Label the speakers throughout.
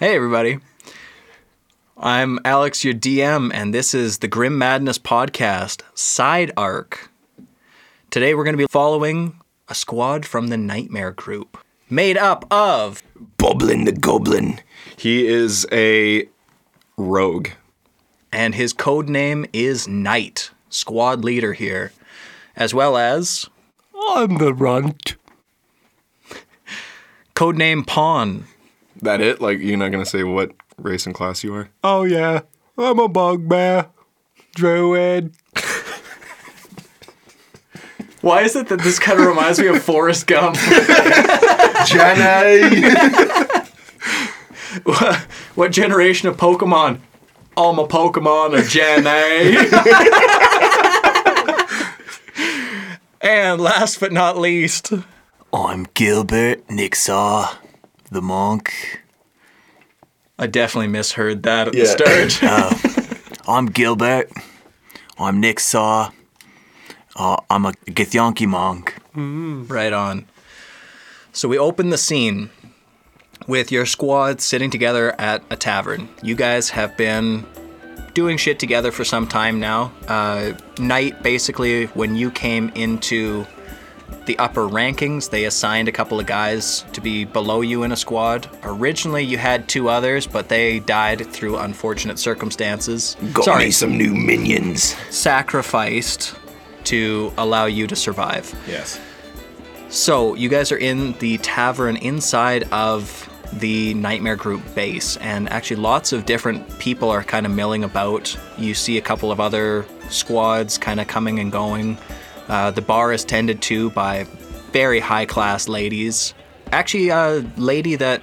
Speaker 1: Hey, everybody. I'm Alex, your DM, and this is the Grim Madness Podcast Side Arc. Today, we're going to be following a squad from the Nightmare Group, made up of
Speaker 2: Boblin the Goblin. He is a rogue.
Speaker 1: and his code name is Knight, squad leader here, as well as
Speaker 2: I'm the runt.
Speaker 1: code name Pawn.
Speaker 3: That it? Like you're not gonna say what race and class you are?
Speaker 2: Oh yeah, I'm a bugbear. Druid.
Speaker 1: Why is it that this kind of reminds me of Forrest Gump?
Speaker 2: Janai.
Speaker 1: what generation of Pokemon? All my Pokemon are Gen A. and last but not least,
Speaker 4: I'm Gilbert Nixaw, the monk.
Speaker 1: I definitely misheard that at
Speaker 3: Yeah.
Speaker 1: the start.
Speaker 4: I'm Gilbert. I'm Nixaw. Uh, I'm a Githyanki monk.
Speaker 1: right on. So we open the scene with your squad sitting together at a tavern. You guys have been doing shit together for some time now. Uh, Knight, basically, when you came into the upper rankings, they assigned a couple of guys to be below you in a squad. Originally, you had two others, but they died through unfortunate circumstances.
Speaker 2: Got
Speaker 1: Sorry,
Speaker 2: me some new minions.
Speaker 1: sacrificed to allow you to survive.
Speaker 3: Yes.
Speaker 1: So you guys are in the tavern inside of the Nightmare Group base, and actually lots of different people are kind of milling about. You see a couple of other squads kind of coming and going. Uh, the bar is tended to by very high class ladies. Actually, a lady that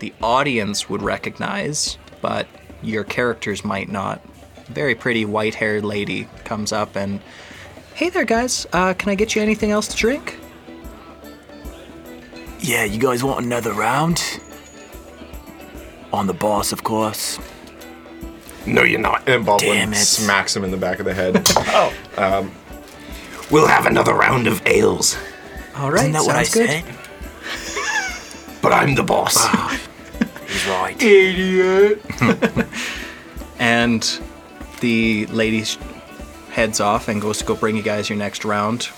Speaker 1: the audience would recognize, but your characters might not. Very pretty white haired lady comes up and, Hey there, guys, uh, can I get you anything else to drink?
Speaker 4: Yeah, you guys want another round? On the boss, of course.
Speaker 2: No, you're not.
Speaker 3: And Boblin
Speaker 4: Damn it.
Speaker 3: smacks him in the back of the head.
Speaker 2: We'll have another round of ales,
Speaker 1: All right,
Speaker 4: Isn't that what I
Speaker 1: sounds good.
Speaker 4: said?
Speaker 2: but I'm the boss.
Speaker 4: Ah, He's right.
Speaker 1: And the lady sh- heads off and goes to go bring you guys your next round.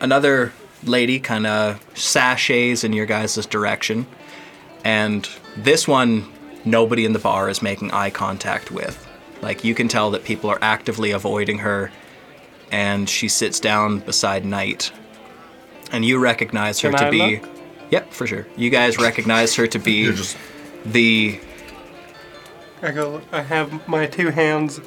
Speaker 1: Another lady kind of sashays in your guys' direction, and this one nobody in the bar is making eye contact with. Like you can tell that people are actively avoiding her, and she sits down beside Knight, and you recognize her
Speaker 5: Can
Speaker 1: to
Speaker 5: I
Speaker 1: be.
Speaker 5: look?
Speaker 1: Yep, for sure. You guys recognize her to be the
Speaker 5: I go. I have my two hands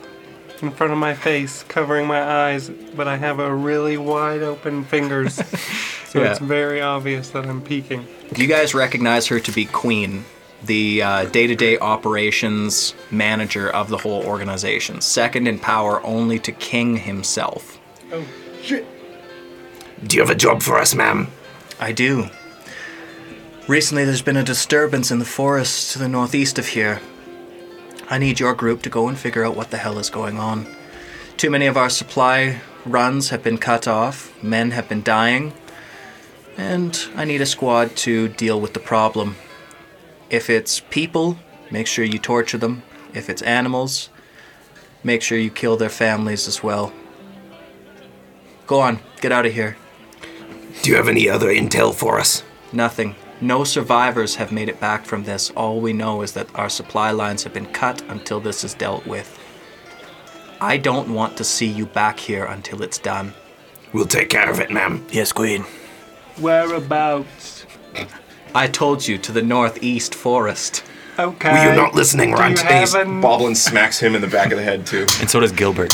Speaker 5: in front of my face, covering my eyes, but I have a really wide open fingers, so
Speaker 1: Yeah.
Speaker 5: it's very obvious that I'm peeking.
Speaker 1: You guys recognize her to be Queen, the uh, day-to-day operations manager of the whole organization, second in power only to King himself.
Speaker 2: Do you have a job for us, ma'am?
Speaker 1: I do. Recently, there's been a disturbance in the forest to the northeast of here. I need your group to go and figure out what the hell is going on. Too many of our supply runs have been cut off, men have been dying, and I need a squad to deal with the problem. If it's people, make sure you torture them. If it's animals, make sure you kill their families as well. Go on, get out of here.
Speaker 2: Do you have any other intel for us?
Speaker 1: Nothing. No survivors have made it back from this. All we know is that our supply lines have been cut until this is dealt with. I don't want to see you back here until it's done.
Speaker 2: We'll take care of it, ma'am.
Speaker 4: Yes, Queen.
Speaker 5: Whereabouts?
Speaker 1: I told you to the northeast forest.
Speaker 5: Okay.
Speaker 2: Were you not listening,
Speaker 5: Do you
Speaker 2: Runt?
Speaker 5: have an-
Speaker 3: Boblin smacks him in the back of the head too.
Speaker 6: And so does Gilbert.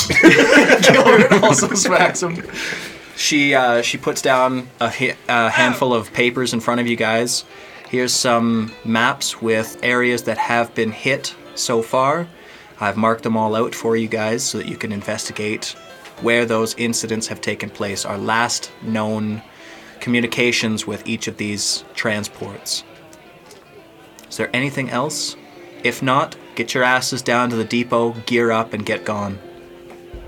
Speaker 1: Gilbert also smacks him. She uh, she puts down a, hi- a handful of papers in front of you guys. Here's some maps with areas that have been hit so far. I've marked them all out for you guys so that you can investigate where those incidents have taken place. Our last known communications with each of these transports. Is there anything else? If not, get your asses down to the depot, gear up, and get gone.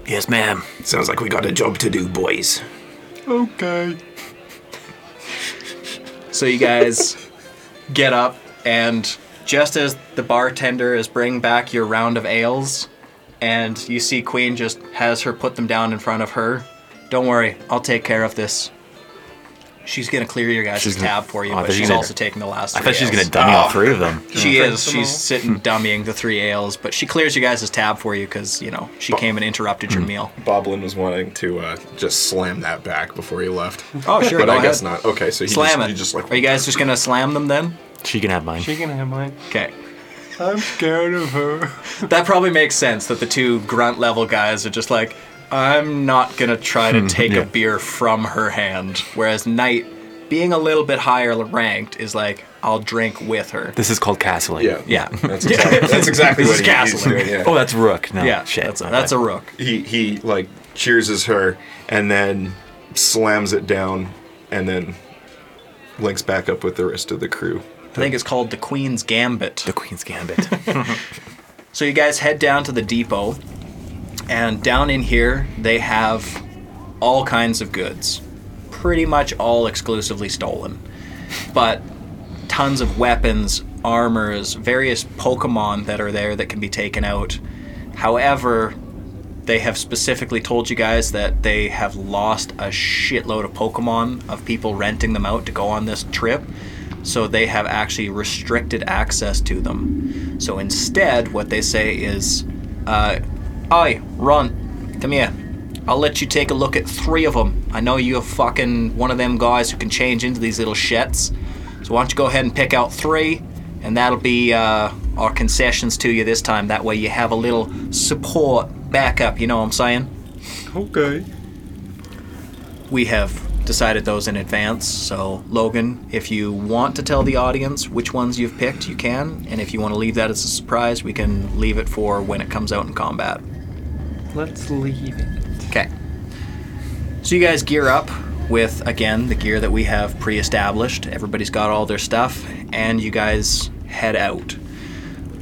Speaker 4: Yes, ma'am.
Speaker 2: Sounds like we got a job to do, boys.
Speaker 5: Okay.
Speaker 1: So you guys get up and just as the bartender is bringing back your round of ales, and you see Queen just has her put them down in front of her. Don't worry, I'll take care of this. She's gonna clear your guys'
Speaker 6: She's gonna-
Speaker 1: tab for you,
Speaker 6: Oh, I
Speaker 1: but
Speaker 6: thought she
Speaker 1: she's
Speaker 6: gonna-
Speaker 1: also taking the last.
Speaker 6: I
Speaker 1: three
Speaker 6: thought she was
Speaker 1: ales.
Speaker 6: gonna dummy
Speaker 2: Ah.
Speaker 6: all three of them.
Speaker 1: She
Speaker 5: Drink
Speaker 1: is.
Speaker 5: them
Speaker 1: She's
Speaker 5: all.
Speaker 1: sitting dummying the three ales, but she clears you guys' tab for you because you know she came and interrupted
Speaker 6: Mm.
Speaker 1: your meal.
Speaker 3: Boblin was wanting to uh, just slam that back before he left.
Speaker 1: Oh, sure,
Speaker 3: But
Speaker 1: go
Speaker 3: I guess
Speaker 1: ahead.
Speaker 3: not. Okay, so he
Speaker 1: Slam
Speaker 3: just,
Speaker 1: it.
Speaker 3: he just like
Speaker 1: Are you guys just gonna slam them then?
Speaker 6: She can have mine.
Speaker 5: She can have mine.
Speaker 1: Okay.
Speaker 5: I'm scared of her.
Speaker 1: That probably makes sense that the two grunt level guys are just like, I'm not gonna try to take a beer from her hand. Whereas Knight, being a little bit higher ranked, is like, I'll drink with her.
Speaker 6: This is called castling.
Speaker 3: yeah,
Speaker 1: Yeah.
Speaker 3: That's exactly, that's exactly
Speaker 1: This
Speaker 3: what
Speaker 1: is
Speaker 3: he, he's
Speaker 1: castling.
Speaker 3: doing. Yeah.
Speaker 6: Oh, that's rook. No,
Speaker 1: yeah,
Speaker 6: shit.
Speaker 1: that's, a,
Speaker 6: my
Speaker 1: that's a
Speaker 6: bad.
Speaker 1: rook.
Speaker 3: he he like cheerses her and then slams it down and then links back up with the rest of the crew.
Speaker 1: I think it's called the Queen's Gambit.
Speaker 6: the queen's gambit.
Speaker 1: So you guys head down to the depot, and down in here they have all kinds of goods, pretty much all exclusively stolen, but tons of weapons, armors, various Pokemon that are there that can be taken out. However, they have specifically told you guys that they have lost a shitload of Pokemon of people renting them out to go on this trip. So they have actually restricted access to them. So instead, what they say is, uh, Oi, Ron, come here. I'll let you take a look at three of them. I know you're fucking one of them guys who can change into these little shits. So why don't you go ahead and pick out three, and that'll be uh, our concessions to you this time. That way you have a little support backup, you know what I'm saying?
Speaker 5: Okay.
Speaker 1: We have decided those in advance, so Logan, if you want to tell the audience which ones you've picked, you can, and if you want to leave that as a surprise, we can leave it for when it comes out in combat.
Speaker 5: Let's leave it.
Speaker 1: Okay. So you guys gear up with again the gear that we have pre-established. Everybody's got all their stuff, and you guys head out.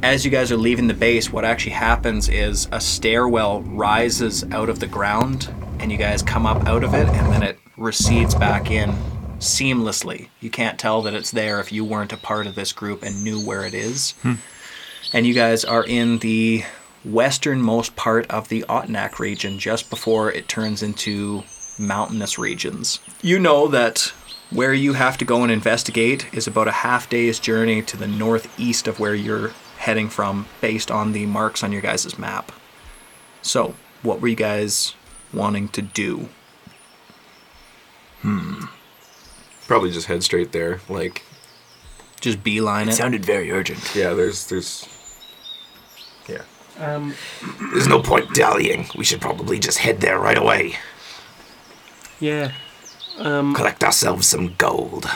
Speaker 1: As you guys are leaving the base, what actually happens is a stairwell rises out of the ground, and you guys come up out of it, and then it recedes back in seamlessly. You can't tell that it's there if you weren't a part of this group and knew where it is. And you guys are in the westernmost part of the Otnak region, just before it turns into mountainous regions. You know that where you have to go and investigate is about a half day's journey to the northeast of where you're heading from, based on the marks on your guys' map. So, what were you guys wanting to do?
Speaker 3: Probably just head straight there. Like
Speaker 1: Just beeline it?
Speaker 4: Sounded very urgent.
Speaker 3: yeah, there's there's yeah.
Speaker 5: Um,
Speaker 2: There's no point dallying. We should probably just head there right away.
Speaker 5: yeah. Um,
Speaker 2: Collect ourselves some gold.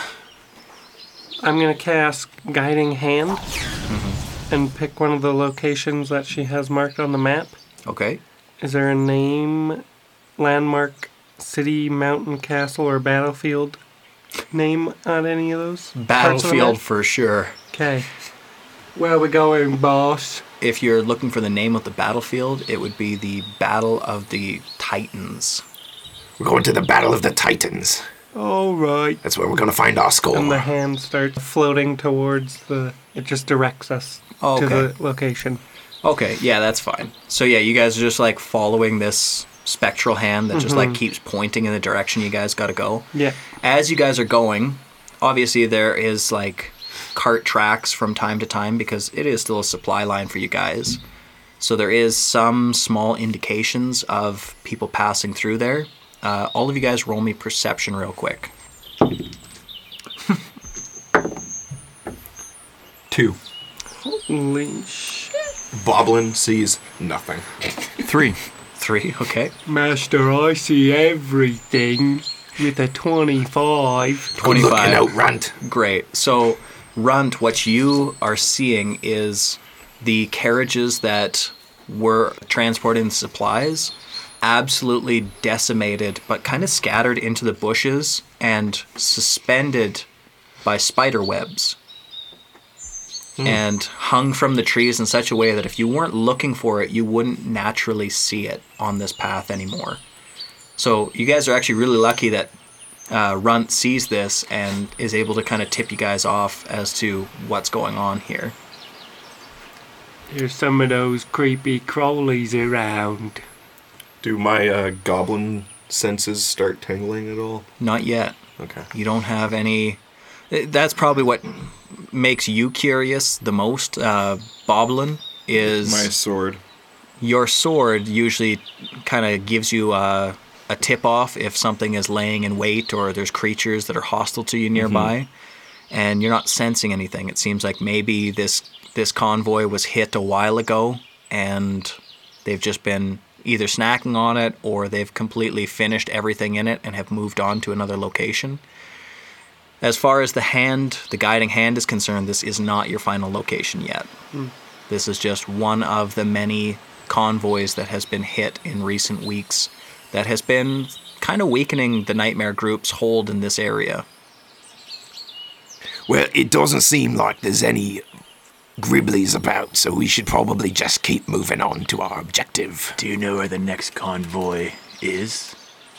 Speaker 5: I'm gonna cast Guiding Hand
Speaker 2: Mm-hmm.
Speaker 5: and pick one of the locations that she has marked on the map.
Speaker 1: okay.
Speaker 5: Is there a name, landmark, city, mountain, castle, or battlefield name on any of those?
Speaker 1: Battlefield for sure.
Speaker 5: Okay. Where we going, boss?
Speaker 1: If you're looking for the name of the battlefield, it would be the Battle of the Titans.
Speaker 2: We're going to the Battle of the Titans.
Speaker 5: All right.
Speaker 2: That's where we're gonna find our
Speaker 5: And
Speaker 2: skull.
Speaker 5: the hand starts floating towards the. It just directs us
Speaker 1: Oh,
Speaker 5: to
Speaker 1: okay.
Speaker 5: the location.
Speaker 1: Okay, yeah, that's fine. So yeah, you guys are just like following this spectral hand that just like keeps pointing in the direction you guys got to go.
Speaker 5: Yeah.
Speaker 1: As you guys are going, obviously there is like cart tracks from time to time because it is still a supply line for you guys. So there is some small indications of people passing through there. Uh, all of you guys roll me perception real quick.
Speaker 3: Two.
Speaker 5: Holy sh-
Speaker 3: Boblin sees nothing.
Speaker 6: Three.
Speaker 1: Three, okay.
Speaker 5: Master, I see everything with a 25.
Speaker 2: Good looking
Speaker 1: 25.
Speaker 2: out, Runt.
Speaker 1: Great. So, Runt, what you are seeing is the carriages that were transporting supplies absolutely decimated, but kind of scattered into the bushes and suspended by spider webs.
Speaker 2: Hmm.
Speaker 1: And hung from the trees in such a way that if you weren't looking for it, you wouldn't naturally see it on this path anymore. So, you guys are actually really lucky that uh, Runt sees this and is able to kind of tip you guys off as to what's going on here.
Speaker 5: There's some of those creepy crawlies around.
Speaker 3: Do my uh, goblin senses start tingling at all?
Speaker 1: Not yet.
Speaker 3: Okay.
Speaker 1: You don't have any. eh, That's probably what makes you curious the most. Uh, Boblin is
Speaker 3: My sword.
Speaker 1: your sword usually kind of gives you a, a tip off if something is laying in wait or there's creatures that are hostile to you nearby, and you're not sensing anything. It seems like maybe this this convoy was hit a while ago, and they've just been either snacking on it or they've completely finished everything in it and have moved on to another location. As far as the hand, the guiding hand is concerned, this is not your final location yet. This is just one of the many convoys that has been hit in recent weeks that has been kind of weakening the nightmare group's hold in this area.
Speaker 2: Well, it doesn't seem like there's any gribblies about, so we should probably just keep moving on to our objective.
Speaker 4: Do you know where the next convoy is?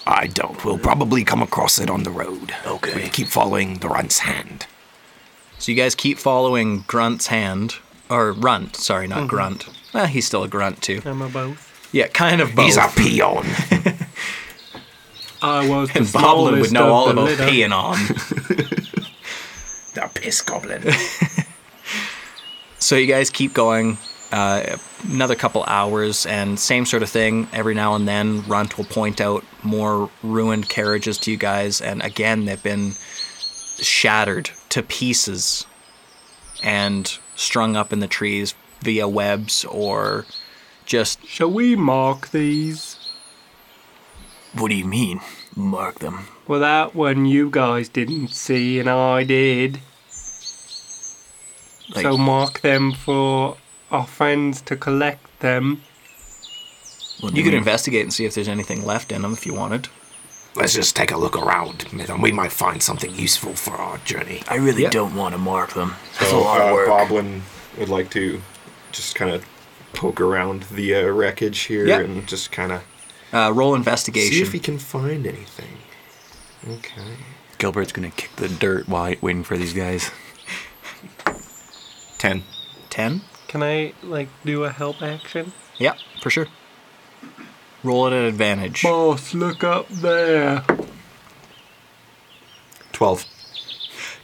Speaker 2: I don't. We'll probably come across it on the road.
Speaker 4: Okay.
Speaker 2: We keep following the runt's hand.
Speaker 1: So you guys keep following Grunt's hand, or Runt, sorry,
Speaker 5: Mm-hmm.
Speaker 1: not Grunt. Well, he's still a Grunt too.
Speaker 5: Am I both?
Speaker 1: Yeah, kind of both.
Speaker 2: He's a peon.
Speaker 5: I was the
Speaker 1: and Boblin would
Speaker 5: smallest
Speaker 1: know
Speaker 5: of
Speaker 1: all
Speaker 5: the
Speaker 1: about
Speaker 5: litter.
Speaker 1: peeing on.
Speaker 2: the piss goblin.
Speaker 1: So you guys keep going uh, another couple hours, and same sort of thing. Every now and then, Runt will point out more ruined carriages to you guys, and again, they've been shattered to pieces and strung up in the trees via webs or just
Speaker 5: Shall we mark these?
Speaker 4: What do you mean? Mark them.
Speaker 5: Well, that one you guys didn't see and I did.
Speaker 4: Like-
Speaker 5: so mark them for our friends to collect them.
Speaker 4: What do
Speaker 1: you could
Speaker 4: mean?
Speaker 1: investigate and see if there's anything left in them if you wanted.
Speaker 2: Let's just take a look around, and we might find something useful for our journey.
Speaker 4: I really
Speaker 1: Yeah.
Speaker 4: don't want to mark them. That's
Speaker 3: So,
Speaker 4: a lot
Speaker 3: uh,
Speaker 4: of work.
Speaker 3: Boblin would like to just kind of poke around the uh, wreckage here
Speaker 1: Yeah.
Speaker 3: and just kind of
Speaker 1: Uh, roll
Speaker 3: see if he
Speaker 1: investigation.
Speaker 3: can find anything. Okay.
Speaker 6: Gilbert's gonna kick the dirt while waiting for these guys.
Speaker 3: Ten.
Speaker 1: Ten.
Speaker 5: Can I, like, do a help action?
Speaker 1: Yeah, for sure. Roll it at advantage.
Speaker 5: Boss, look up there.
Speaker 3: Twelve.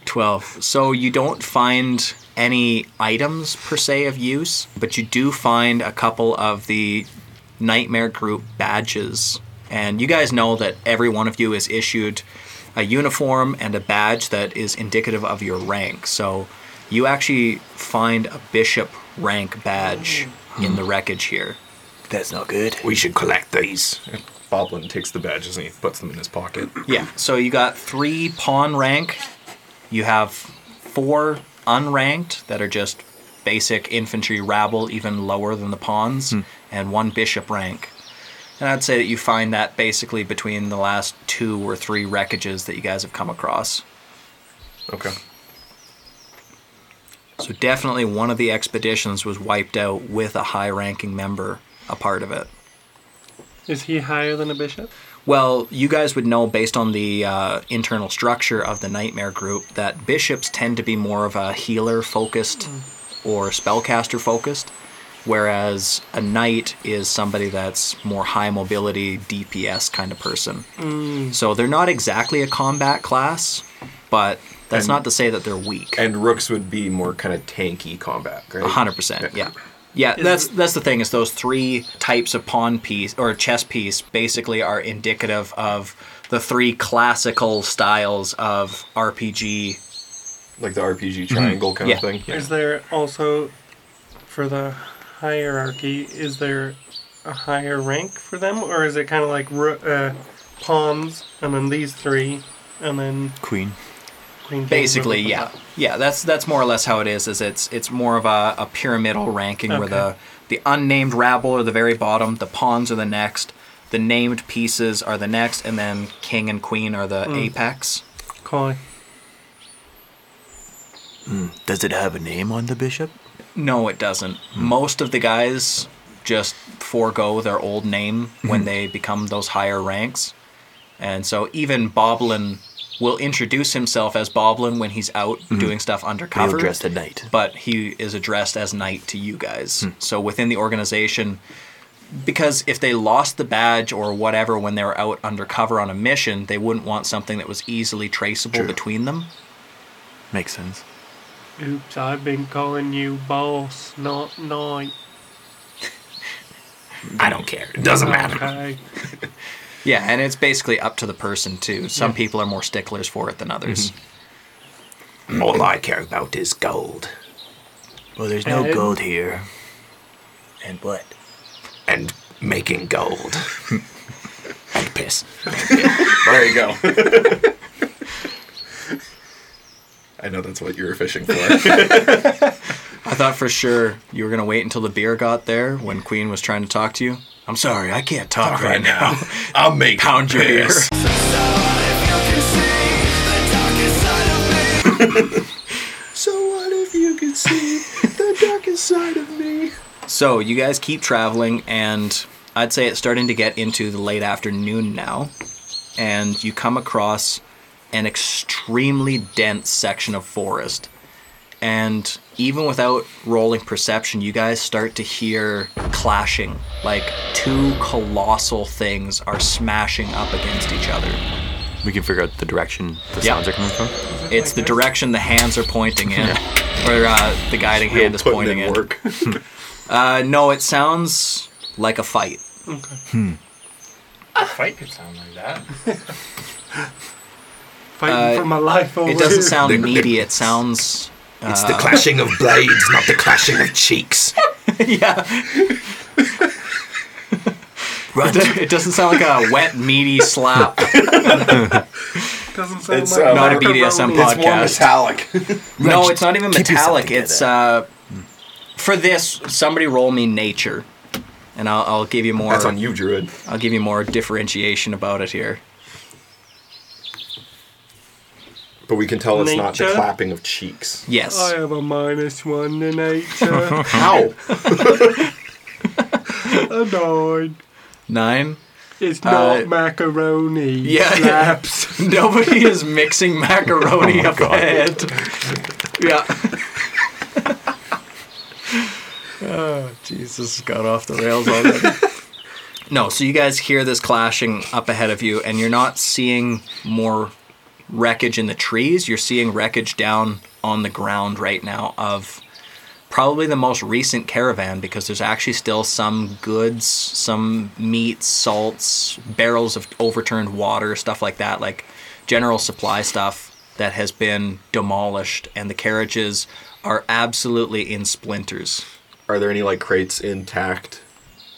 Speaker 1: 12. So you don't find any items per se of use, but you do find a couple of the Nightmare Group badges. And you guys know that every one of you is issued a uniform and a badge that is indicative of your rank. So you actually find a bishop rank badge in the wreckage here.
Speaker 4: That's not good.
Speaker 2: We should collect these.
Speaker 3: Boblin takes the badges and he puts them in his pocket.
Speaker 1: Yeah. So you got three pawn rank. You have four unranked that are just basic infantry rabble, even lower than the pawns, and one bishop rank. And I'd say that you find that basically between the last two or three wreckages that you guys have come across.
Speaker 3: Okay.
Speaker 1: So definitely one of the expeditions was wiped out with a high ranking member a part of it.
Speaker 5: Is he higher than a bishop?
Speaker 1: Well, you guys would know based on the uh, internal structure of the Nightmare Group that bishops tend to be more of a healer focused or spellcaster focused, whereas a knight is somebody that's more high mobility DPS kind of person. So they're not exactly a combat class, but that's
Speaker 3: And-
Speaker 1: not to say that they're weak.
Speaker 3: And rooks would be more kind of tanky combat, right?
Speaker 1: hundred percent. Yeah, yeah. That's that's the thing is those three types of pawn piece or chess piece basically are indicative of the three classical styles of RPG.
Speaker 3: Like the RPG triangle kind
Speaker 1: Mhm. Yeah.
Speaker 3: of thing.
Speaker 5: Is there also, for the hierarchy, is there a higher rank for them? Or is it kind of like ro- uh, pawns, and then these three, and then
Speaker 6: Queen.
Speaker 5: queen king?
Speaker 1: Basically,
Speaker 5: blah, blah,
Speaker 1: yeah,
Speaker 5: blah.
Speaker 1: yeah. That's that's more or less how it is. Is it's it's more of a, a pyramidal ranking where the
Speaker 5: Okay.
Speaker 1: the unnamed rabble are the very bottom, the pawns are the next, the named pieces are the next, and then king and queen are the apex.
Speaker 5: Coy.
Speaker 4: Does it have a name on the bishop?
Speaker 1: No, it doesn't. Most of the guys just forego their old name when they become those higher ranks. And so even Boblin will introduce himself as Boblin when he's out doing stuff
Speaker 4: Male
Speaker 1: undercover.
Speaker 4: dressed at night.
Speaker 1: But he is addressed as Knight to you guys. So within the organization, because if they lost the badge or whatever when they were out undercover on a mission, they wouldn't want something that was easily traceable between them.
Speaker 6: Makes sense.
Speaker 5: Oops, I've been calling you boss, not knight.
Speaker 2: I don't care. It doesn't matter.
Speaker 5: Okay.
Speaker 1: Yeah, and it's basically up to the person too. Some people are more sticklers for it than others.
Speaker 2: All I care about is gold
Speaker 4: Well, there's no
Speaker 5: And-
Speaker 4: gold here. And what?
Speaker 2: and making gold. and piss.
Speaker 3: There you go. I know that's what you were fishing for.
Speaker 1: I thought for sure you were gonna wait until the beer got there when Queen was trying to talk to you. I'm sorry, I can't talk right now.
Speaker 2: I'll make
Speaker 1: Pound your ear.
Speaker 3: so what if you could see the darkest side of me?
Speaker 1: So you guys keep traveling, and I'd say it's starting to get into the late afternoon now, and you come across an extremely dense section of forest. And even without rolling perception, you guys start to hear clashing. Like two colossal things are smashing up against each other.
Speaker 6: We can figure out the direction the
Speaker 1: Yeah.
Speaker 6: sounds are coming from.
Speaker 1: It's the direction the hands are pointing in, or uh, the guiding hand is
Speaker 3: Putting
Speaker 1: pointing
Speaker 3: in
Speaker 1: in.
Speaker 3: work.
Speaker 1: Uh, no, it sounds like a fight.
Speaker 7: Fight could sound like that.
Speaker 5: Fighting
Speaker 1: Uh,
Speaker 5: for my life over
Speaker 1: It doesn't
Speaker 5: here.
Speaker 1: sound meaty. It sounds
Speaker 2: It's the clashing of blades, not the clashing of cheeks.
Speaker 1: yeah.
Speaker 4: Run.
Speaker 1: It doesn't sound like a wet meaty slap.
Speaker 5: doesn't sound
Speaker 3: It's,
Speaker 5: like
Speaker 3: uh, not a
Speaker 5: macaroni.
Speaker 1: BDSM
Speaker 3: It's more
Speaker 1: Podcast.
Speaker 3: metallic.
Speaker 1: No, it's not even
Speaker 4: Keep yourself
Speaker 1: metallic. It's uh, for this somebody roll me nature, and I'll, I'll give you more.
Speaker 3: That's on you, Druid.
Speaker 1: I'll give you more differentiation about it here.
Speaker 3: But we can tell it's not the
Speaker 5: Nature?
Speaker 3: clapping of cheeks.
Speaker 1: Yes.
Speaker 5: I have a minus one in nature.
Speaker 3: How?
Speaker 5: Annoyed.
Speaker 1: Nine.
Speaker 5: It's not
Speaker 1: Uh,
Speaker 5: macaroni.
Speaker 1: yeah, yeah.
Speaker 5: Slaps.
Speaker 1: Nobody is mixing macaroni up ahead. Yeah. oh, Jesus got off the rails already. no, so you guys hear this clashing up ahead of you, and you're not seeing more wreckage in the trees. You're seeing wreckage down on the ground right now of probably the most recent caravan because there's actually still some goods, some meat, salts, barrels of overturned water, stuff like that, like general supply stuff that has been demolished, and the carriages are absolutely in splinters.
Speaker 3: Are there any like crates intact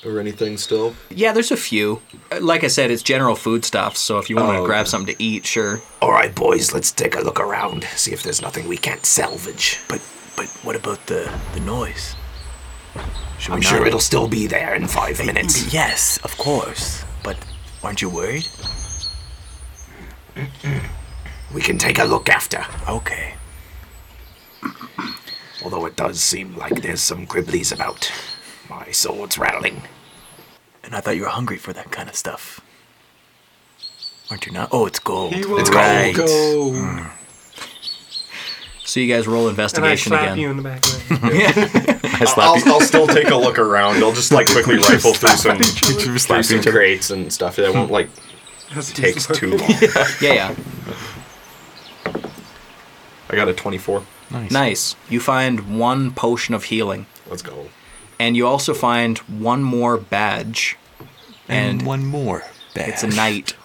Speaker 3: or anything still?
Speaker 1: Yeah, there's a few. Like I said, it's general food stuff, so if you want to
Speaker 3: Oh,
Speaker 1: grab
Speaker 3: okay.
Speaker 1: something to eat, sure.
Speaker 2: All right, boys, let's take a look around, see if there's nothing we can't salvage.
Speaker 4: But but what about the the noise? Should
Speaker 2: I'm
Speaker 4: we
Speaker 2: sure
Speaker 4: not-
Speaker 2: it'll still be there in five minutes.
Speaker 4: Yes, of course. But aren't you worried?
Speaker 2: We can take a look after.
Speaker 4: Okay.
Speaker 2: Although it does seem like there's some gribblies about. My sword's rattling.
Speaker 4: And I thought you were hungry for that kind of stuff. Aren't you not? Oh, it's gold.
Speaker 5: He will
Speaker 2: It's
Speaker 5: right.
Speaker 2: gold.
Speaker 5: go.
Speaker 1: So you guys roll
Speaker 5: And I
Speaker 1: investigation
Speaker 5: slap
Speaker 1: again.
Speaker 5: you in the back of the head.
Speaker 6: I slap
Speaker 3: I'll, I'll still take a look around. I'll just like quickly rifle through some,
Speaker 6: you.
Speaker 3: through
Speaker 6: Slap
Speaker 3: some
Speaker 6: you in the-
Speaker 3: crates and stuff. That won't like
Speaker 5: That's
Speaker 3: takes
Speaker 5: just-
Speaker 3: too long.
Speaker 1: Yeah, yeah.
Speaker 3: I got a 24.
Speaker 1: Nice. You find one potion of healing.
Speaker 3: Let's go.
Speaker 1: and you also find one more badge, and,
Speaker 6: And one more. Bad.
Speaker 1: it's a knight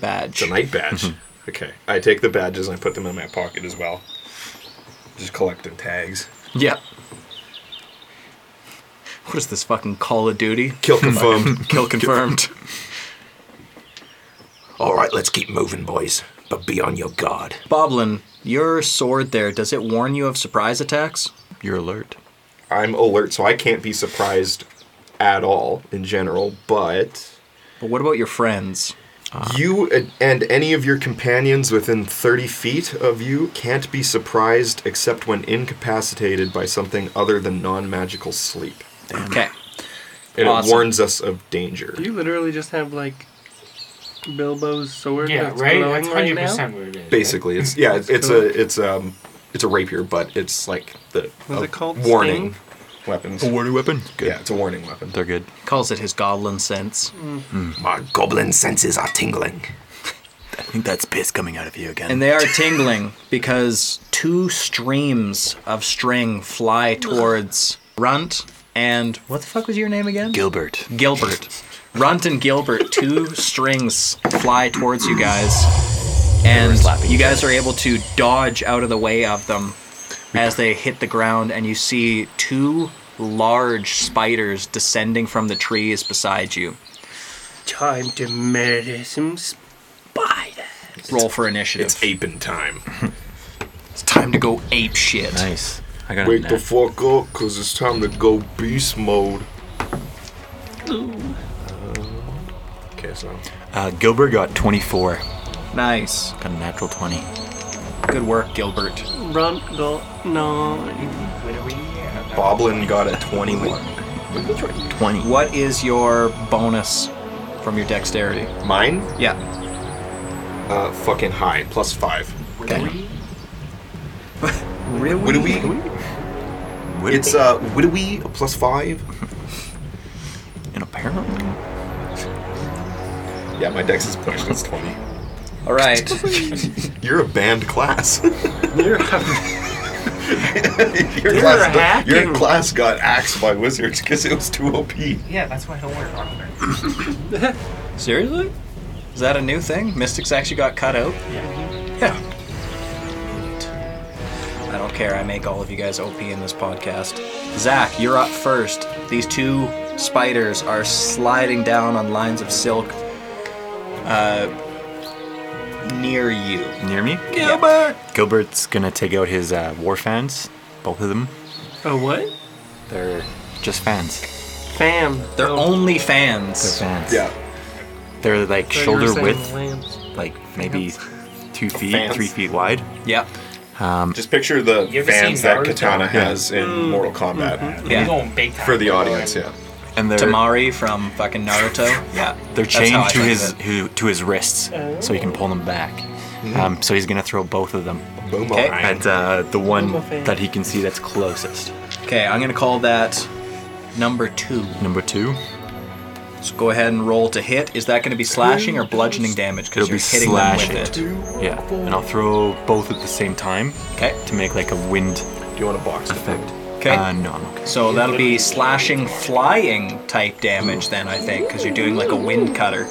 Speaker 1: badge.
Speaker 3: It's a night badge. okay. I take the badges and I put them in my pocket as well. Just collecting tags.
Speaker 1: Yep. What is this fucking Call of Duty?
Speaker 3: Kill confirmed.
Speaker 1: Kill confirmed.
Speaker 2: All right, let's keep moving, boys, but be on your guard.
Speaker 1: Boblin, your sword there, does it warn you of surprise attacks?
Speaker 6: You're alert.
Speaker 3: I'm alert, so I can't be surprised at all in general, but.
Speaker 1: But what about your friends?
Speaker 3: You a- and any of your companions within 30 feet of you can't be surprised except when incapacitated by something other than non magical sleep.
Speaker 1: Okay.
Speaker 3: And
Speaker 1: Awesome.
Speaker 3: it warns us of danger.
Speaker 5: You literally just have like Bilbo's sword
Speaker 7: Yeah,
Speaker 5: that's
Speaker 7: right?
Speaker 5: glowing
Speaker 7: That's
Speaker 5: right
Speaker 7: 100%
Speaker 5: now?
Speaker 7: what it is.
Speaker 3: Basically, it's yeah, it's, it's
Speaker 5: cool.
Speaker 3: a it's um it's a rapier, but it's like the
Speaker 5: What's
Speaker 3: a
Speaker 5: it called?
Speaker 3: warning weapons.
Speaker 6: warning weapon? Good.
Speaker 3: Yeah, it's a warning weapon.
Speaker 6: They're good.
Speaker 1: Calls it his goblin sense.
Speaker 2: My goblin senses are tingling.
Speaker 4: I think that's piss coming out of you again.
Speaker 1: And they are tingling because two streams of string fly towards Runt and what the fuck was your name again?
Speaker 4: Gilbert.
Speaker 1: Gilbert. Runt and Gilbert, two strings fly towards you guys. And you guys are able to dodge out of the way of them as they hit the ground, and you see two large spiders descending from the trees beside you.
Speaker 5: Time to murder some spider.
Speaker 1: Roll for initiative.
Speaker 3: It's aping time.
Speaker 1: It's time to go ape shit.
Speaker 6: Nice. I got
Speaker 3: Wake
Speaker 6: a
Speaker 3: the
Speaker 6: nat.
Speaker 3: fuck up, cause it's time to go beast mode. Okay, so
Speaker 6: uh, Gilbert got 24.
Speaker 1: Nice.
Speaker 6: Got a natural 20.
Speaker 1: Good work, Gilbert.
Speaker 5: Runt got nine.
Speaker 3: Boblin got a twenty-one.
Speaker 6: 20.
Speaker 1: What is your bonus from your dexterity?
Speaker 3: Mine,
Speaker 1: Yeah.
Speaker 3: uh, fucking high, plus five.
Speaker 1: Okay.
Speaker 3: What do we? It's uh, what do we? Plus five.
Speaker 6: And apparently.
Speaker 3: Yeah, my dex is pushed. It's twenty.
Speaker 1: All right.
Speaker 3: You're a banned class. your,
Speaker 7: You're
Speaker 3: class got,
Speaker 7: hacking.
Speaker 3: your class got axed by wizards because it was too OP.
Speaker 7: Yeah, that's why I don't wear armor.
Speaker 1: Seriously? Is that a new thing? Mystics actually got cut out? Yeah. I don't care. I make all of you guys OP in this podcast. Zach, you're up first. These two spiders are sliding down on lines of silk uh, near you.
Speaker 6: Near me?
Speaker 1: Gilbert!
Speaker 6: Gilbert's gonna take out his uh, war fans. Both of them.
Speaker 5: Oh, what?
Speaker 6: They're just fans.
Speaker 5: Fam.
Speaker 1: They're
Speaker 5: Oh,
Speaker 1: only
Speaker 6: They're
Speaker 1: fans.
Speaker 6: fans.
Speaker 3: Yeah,
Speaker 6: They're like
Speaker 5: so you were
Speaker 6: shoulder
Speaker 5: saying
Speaker 6: width,
Speaker 5: lambs.
Speaker 6: like maybe two feet,
Speaker 3: Fans.
Speaker 6: three feet wide.
Speaker 1: Yep.
Speaker 3: just picture the
Speaker 7: You ever
Speaker 3: fans
Speaker 7: seen
Speaker 3: that
Speaker 7: Naruto?
Speaker 3: katana has in Mortal Kombat
Speaker 7: You're
Speaker 1: Yeah.
Speaker 7: going big time.
Speaker 3: for the audience. Yeah,
Speaker 6: And they're
Speaker 1: Tamari from fucking Naruto. Yeah.
Speaker 6: they're
Speaker 1: That's how I
Speaker 6: chained to
Speaker 1: think of
Speaker 6: his
Speaker 1: it. Mm-hmm.
Speaker 6: who, to his wrists, so he can pull them back. Um, so he's gonna throw both of them
Speaker 3: boom
Speaker 1: Okay.
Speaker 3: alright.
Speaker 6: at uh, the one
Speaker 5: Boomerang.
Speaker 6: that he can see that's closest.
Speaker 1: Okay, I'm gonna call that number two.
Speaker 6: Number two,
Speaker 1: So go ahead and roll to hit. Is that going to be slashing or bludgeoning damage? Because
Speaker 6: It'll
Speaker 1: you're
Speaker 6: be
Speaker 1: hitting
Speaker 6: slashing.
Speaker 1: them with it.
Speaker 6: yeah, and I'll throw both at the same time
Speaker 1: Okay.
Speaker 6: to make like a wind
Speaker 3: Do you want to box it?
Speaker 6: effect.
Speaker 1: Okay.
Speaker 6: Uh, no, I'm okay.
Speaker 1: So that'll be slashing, flying type damage then I think, because you're doing like a wind cutter.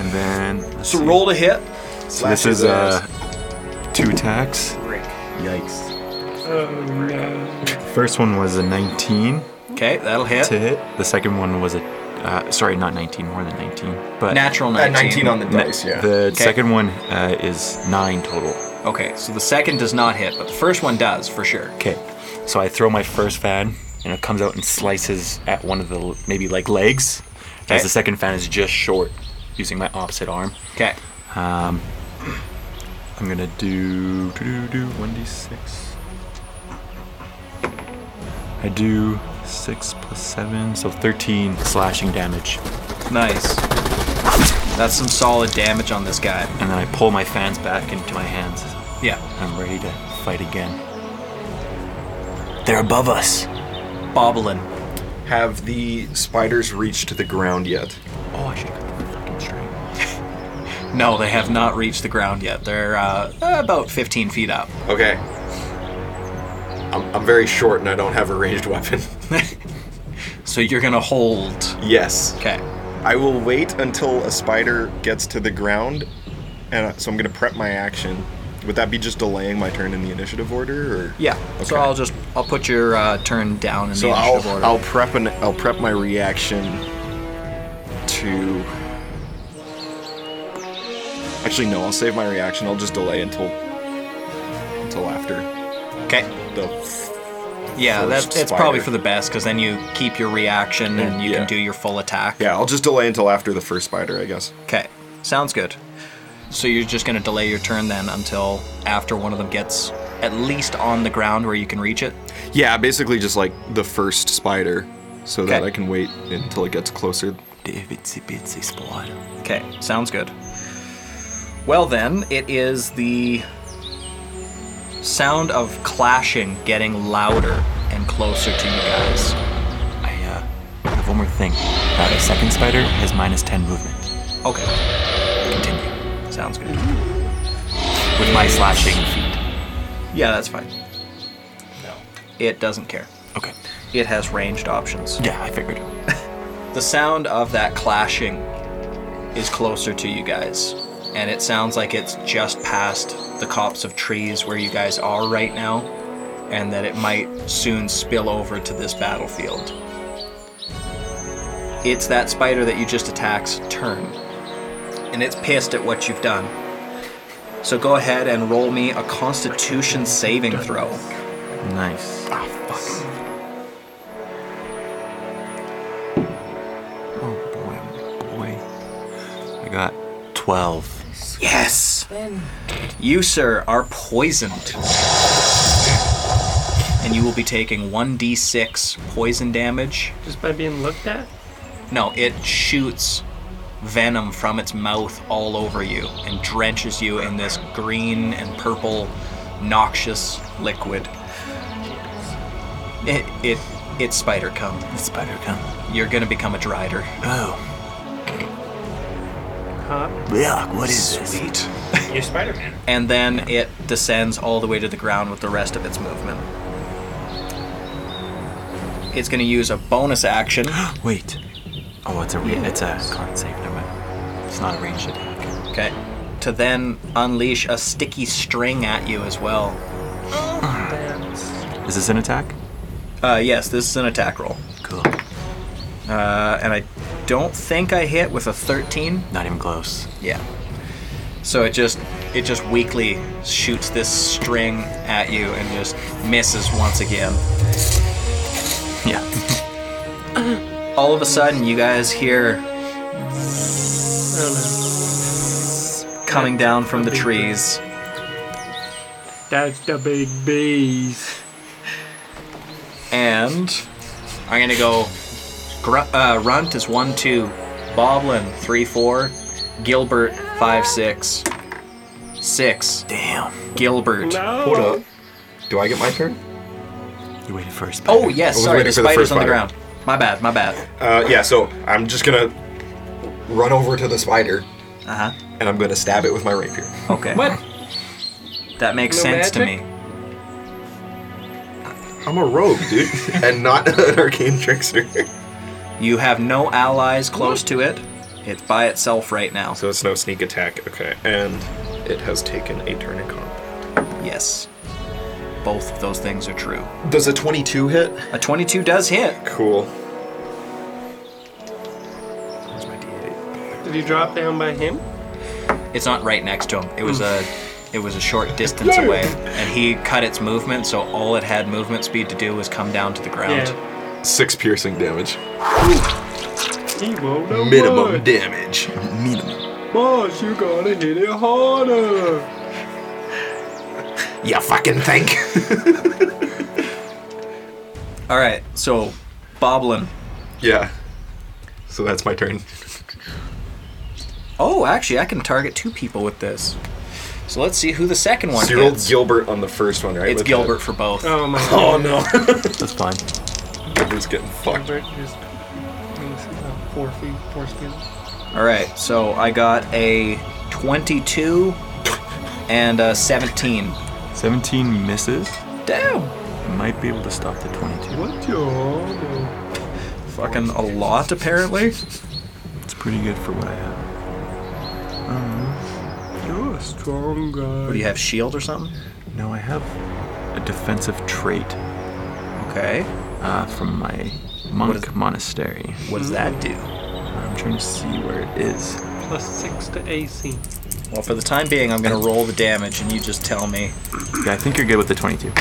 Speaker 6: And then let's
Speaker 1: So
Speaker 6: see.
Speaker 1: roll to hit.
Speaker 6: So this is uh, two attacks. Yikes!
Speaker 5: Oh, no.
Speaker 6: First one was a 19
Speaker 1: Okay, that'll hit.
Speaker 6: to hit. The second one was a uh, sorry, not 19, more than 19,
Speaker 1: Uh,
Speaker 6: but
Speaker 1: Natural 19.
Speaker 3: At 19 on the
Speaker 6: Na-
Speaker 3: dice. Yeah.
Speaker 6: The
Speaker 1: Okay.
Speaker 6: second one uh, is nine total.
Speaker 1: Okay, so the second does not hit, but the first one does for sure.
Speaker 6: Okay, so I throw my first fan, and it comes out and slices at one of the l- maybe like legs,
Speaker 1: Okay.
Speaker 6: as the second fan is just short, using my opposite arm.
Speaker 1: Okay.
Speaker 6: I'm gonna do do do do one d six. I do six plus seven, so thirteen slashing damage,
Speaker 1: Nice. That's some solid damage on this guy.
Speaker 6: and then I pull my fans back into my hands.
Speaker 1: Yeah.
Speaker 6: I'm ready to fight again.
Speaker 4: They're above us.
Speaker 1: Bobbling.
Speaker 3: Have the spiders reached the ground yet?
Speaker 6: Oh, I should have fucking strength.
Speaker 1: No, they have not reached the ground yet. They're uh, about 15 feet up.
Speaker 3: Okay. I'm, I'm very short and I don't have a ranged weapon.
Speaker 1: So you're going to hold.
Speaker 3: yes.
Speaker 1: Okay.
Speaker 3: I will wait until a spider gets to the ground, and uh, so I'm gonna prep my action. Would that be just delaying my turn in the initiative order, or
Speaker 1: Yeah. So
Speaker 3: Okay.
Speaker 1: I'll just I'll put your uh, turn down in
Speaker 3: So
Speaker 1: the
Speaker 3: I'll
Speaker 1: initiative order.
Speaker 3: I'll prep an I'll prep my reaction to. Actually, no. I'll save my reaction. I'll just delay until until after
Speaker 1: okay.
Speaker 3: the. F-
Speaker 1: Yeah, that's
Speaker 3: first
Speaker 1: it's probably
Speaker 3: spider.
Speaker 1: for the best because then you keep your reaction and you
Speaker 3: yeah.
Speaker 1: can do your full attack.
Speaker 3: yeah, I'll just delay until after the first spider, I guess.
Speaker 1: Okay. Sounds good. So you're just gonna delay your turn then until after one of them gets at least on the ground where you can reach it.
Speaker 3: Yeah, basically just like the first spider, so that
Speaker 1: Okay.
Speaker 3: I can wait until it gets closer
Speaker 4: the itsy bitsy spider.
Speaker 1: Okay, sounds good. Well, then, it is the sound of clashing getting louder and closer to you guys.
Speaker 6: I uh, have one more thing. Uh, the second spider has minus 10 movement.
Speaker 1: Okay,
Speaker 6: Continue.
Speaker 1: sounds good.
Speaker 6: With my slashing feet.
Speaker 1: Yeah, that's fine. No. It doesn't care.
Speaker 6: Okay.
Speaker 1: It has ranged options.
Speaker 6: Yeah, I figured.
Speaker 1: The sound of that clashing is closer to you guys, and it sounds like it's just past the copse of trees where you guys are right now, and that it might soon spill over to this battlefield. It's that spider that you just attacked turn, and it's pissed at what you've done. So go ahead and roll me a constitution saving throw.
Speaker 6: Nice. Ah, fuck. Oh boy, oh boy. I got 12.
Speaker 1: Yes. You, sir, are poisoned. And you will be taking 1d6 poison damage.
Speaker 5: Just by being looked at?
Speaker 1: No, it shoots venom from its mouth all over you and drenches you in this green and purple noxious liquid. It, it, it's spider cum.
Speaker 4: The spider come.
Speaker 1: You're gonna become a drider.
Speaker 4: Oh,
Speaker 5: Hot.
Speaker 4: yuck, what is this?
Speaker 7: You're Spider Man.
Speaker 1: and then it descends all the way to the ground with the rest of its movement. It's going to use a bonus action.
Speaker 6: Wait. Oh, it's a re- it's a con save. Never mind. It's not a ranged attack.
Speaker 1: Okay. To then unleash a sticky string at you as well.
Speaker 6: Is this an attack?
Speaker 1: Uh, yes, this is an attack roll.
Speaker 6: Cool.
Speaker 1: Uh, and I don't think I hit with a 13.
Speaker 6: Not even close.
Speaker 1: Yeah. So it just it just weakly shoots this string at you and just misses once again.
Speaker 6: Yeah.
Speaker 1: All of a sudden, you guys hear
Speaker 5: Oh
Speaker 1: coming down from the trees.
Speaker 5: no. That's the big bees.
Speaker 1: And I'm gonna go. Gr- uh, Runt is one two, Boblin three four, Gilbert five six, six
Speaker 4: Damn.
Speaker 1: Gilbert.
Speaker 5: No.
Speaker 3: Hold up. Do I get my turn?
Speaker 4: You waited first.
Speaker 1: Oh yes,
Speaker 3: was
Speaker 1: sorry,
Speaker 3: waiting
Speaker 1: the
Speaker 3: for the
Speaker 1: spider's
Speaker 3: first
Speaker 1: on the
Speaker 3: spider.
Speaker 1: ground. My bad, my bad.
Speaker 3: Uh, yeah, so I'm just gonna run over to the spider
Speaker 1: Uh huh.
Speaker 3: and I'm gonna stab it with my rapier.
Speaker 1: Okay.
Speaker 5: What?
Speaker 1: That makes
Speaker 5: No
Speaker 1: sense
Speaker 5: magic?
Speaker 1: to me.
Speaker 3: I'm a rogue, dude, and not an arcane trickster.
Speaker 1: You have no allies close to it. It's by itself right now.
Speaker 3: So it's no sneak attack. Okay, and it has taken a turn in combat.
Speaker 1: yes. Both of those things are true.
Speaker 3: Does a 22 hit?
Speaker 1: A 22 does hit.
Speaker 3: Cool.
Speaker 5: Did you drop down by him?
Speaker 1: It's not right next to him. It was a it was a short distance away, and he cut its movement, so all it had movement speed to do was come down to the ground.
Speaker 5: Yeah.
Speaker 3: Six piercing damage.
Speaker 5: He won't know
Speaker 3: Minimum
Speaker 5: what.
Speaker 3: damage.
Speaker 5: Boss, you gotta hit it harder.
Speaker 2: You fucking think?
Speaker 1: All right, so Boblin.
Speaker 3: Yeah. So that's my turn.
Speaker 1: Oh, actually, I can target two people with this. So let's see who the second one
Speaker 3: So you rolled
Speaker 1: hits.
Speaker 3: Gilbert on the first one, right?
Speaker 1: it's
Speaker 3: With
Speaker 1: Gilbert for both.
Speaker 5: Oh my
Speaker 3: the- Oh no.
Speaker 6: That's fine.
Speaker 3: Gilbert's getting fucked.
Speaker 5: Gilbert just makes uh, four feet, four feet.
Speaker 1: All right, so I got a 22 and a 17.
Speaker 6: 17 misses.
Speaker 1: Damn,
Speaker 6: Might be able to stop the 22.
Speaker 5: What your order?
Speaker 1: fucking a lot apparently.
Speaker 6: It's pretty good for what I have.
Speaker 5: You're a strong guy.
Speaker 1: What do you have, shield or something?
Speaker 6: No, I have a defensive trait
Speaker 1: Okay,
Speaker 6: uh, from my monk monastery.
Speaker 1: what does that do?
Speaker 6: I'm trying to see where it is.
Speaker 5: Plus six to AC.
Speaker 1: Well, for the time being, I'm gonna roll the damage, and you just tell me
Speaker 6: Yeah, I think you're good with the 22.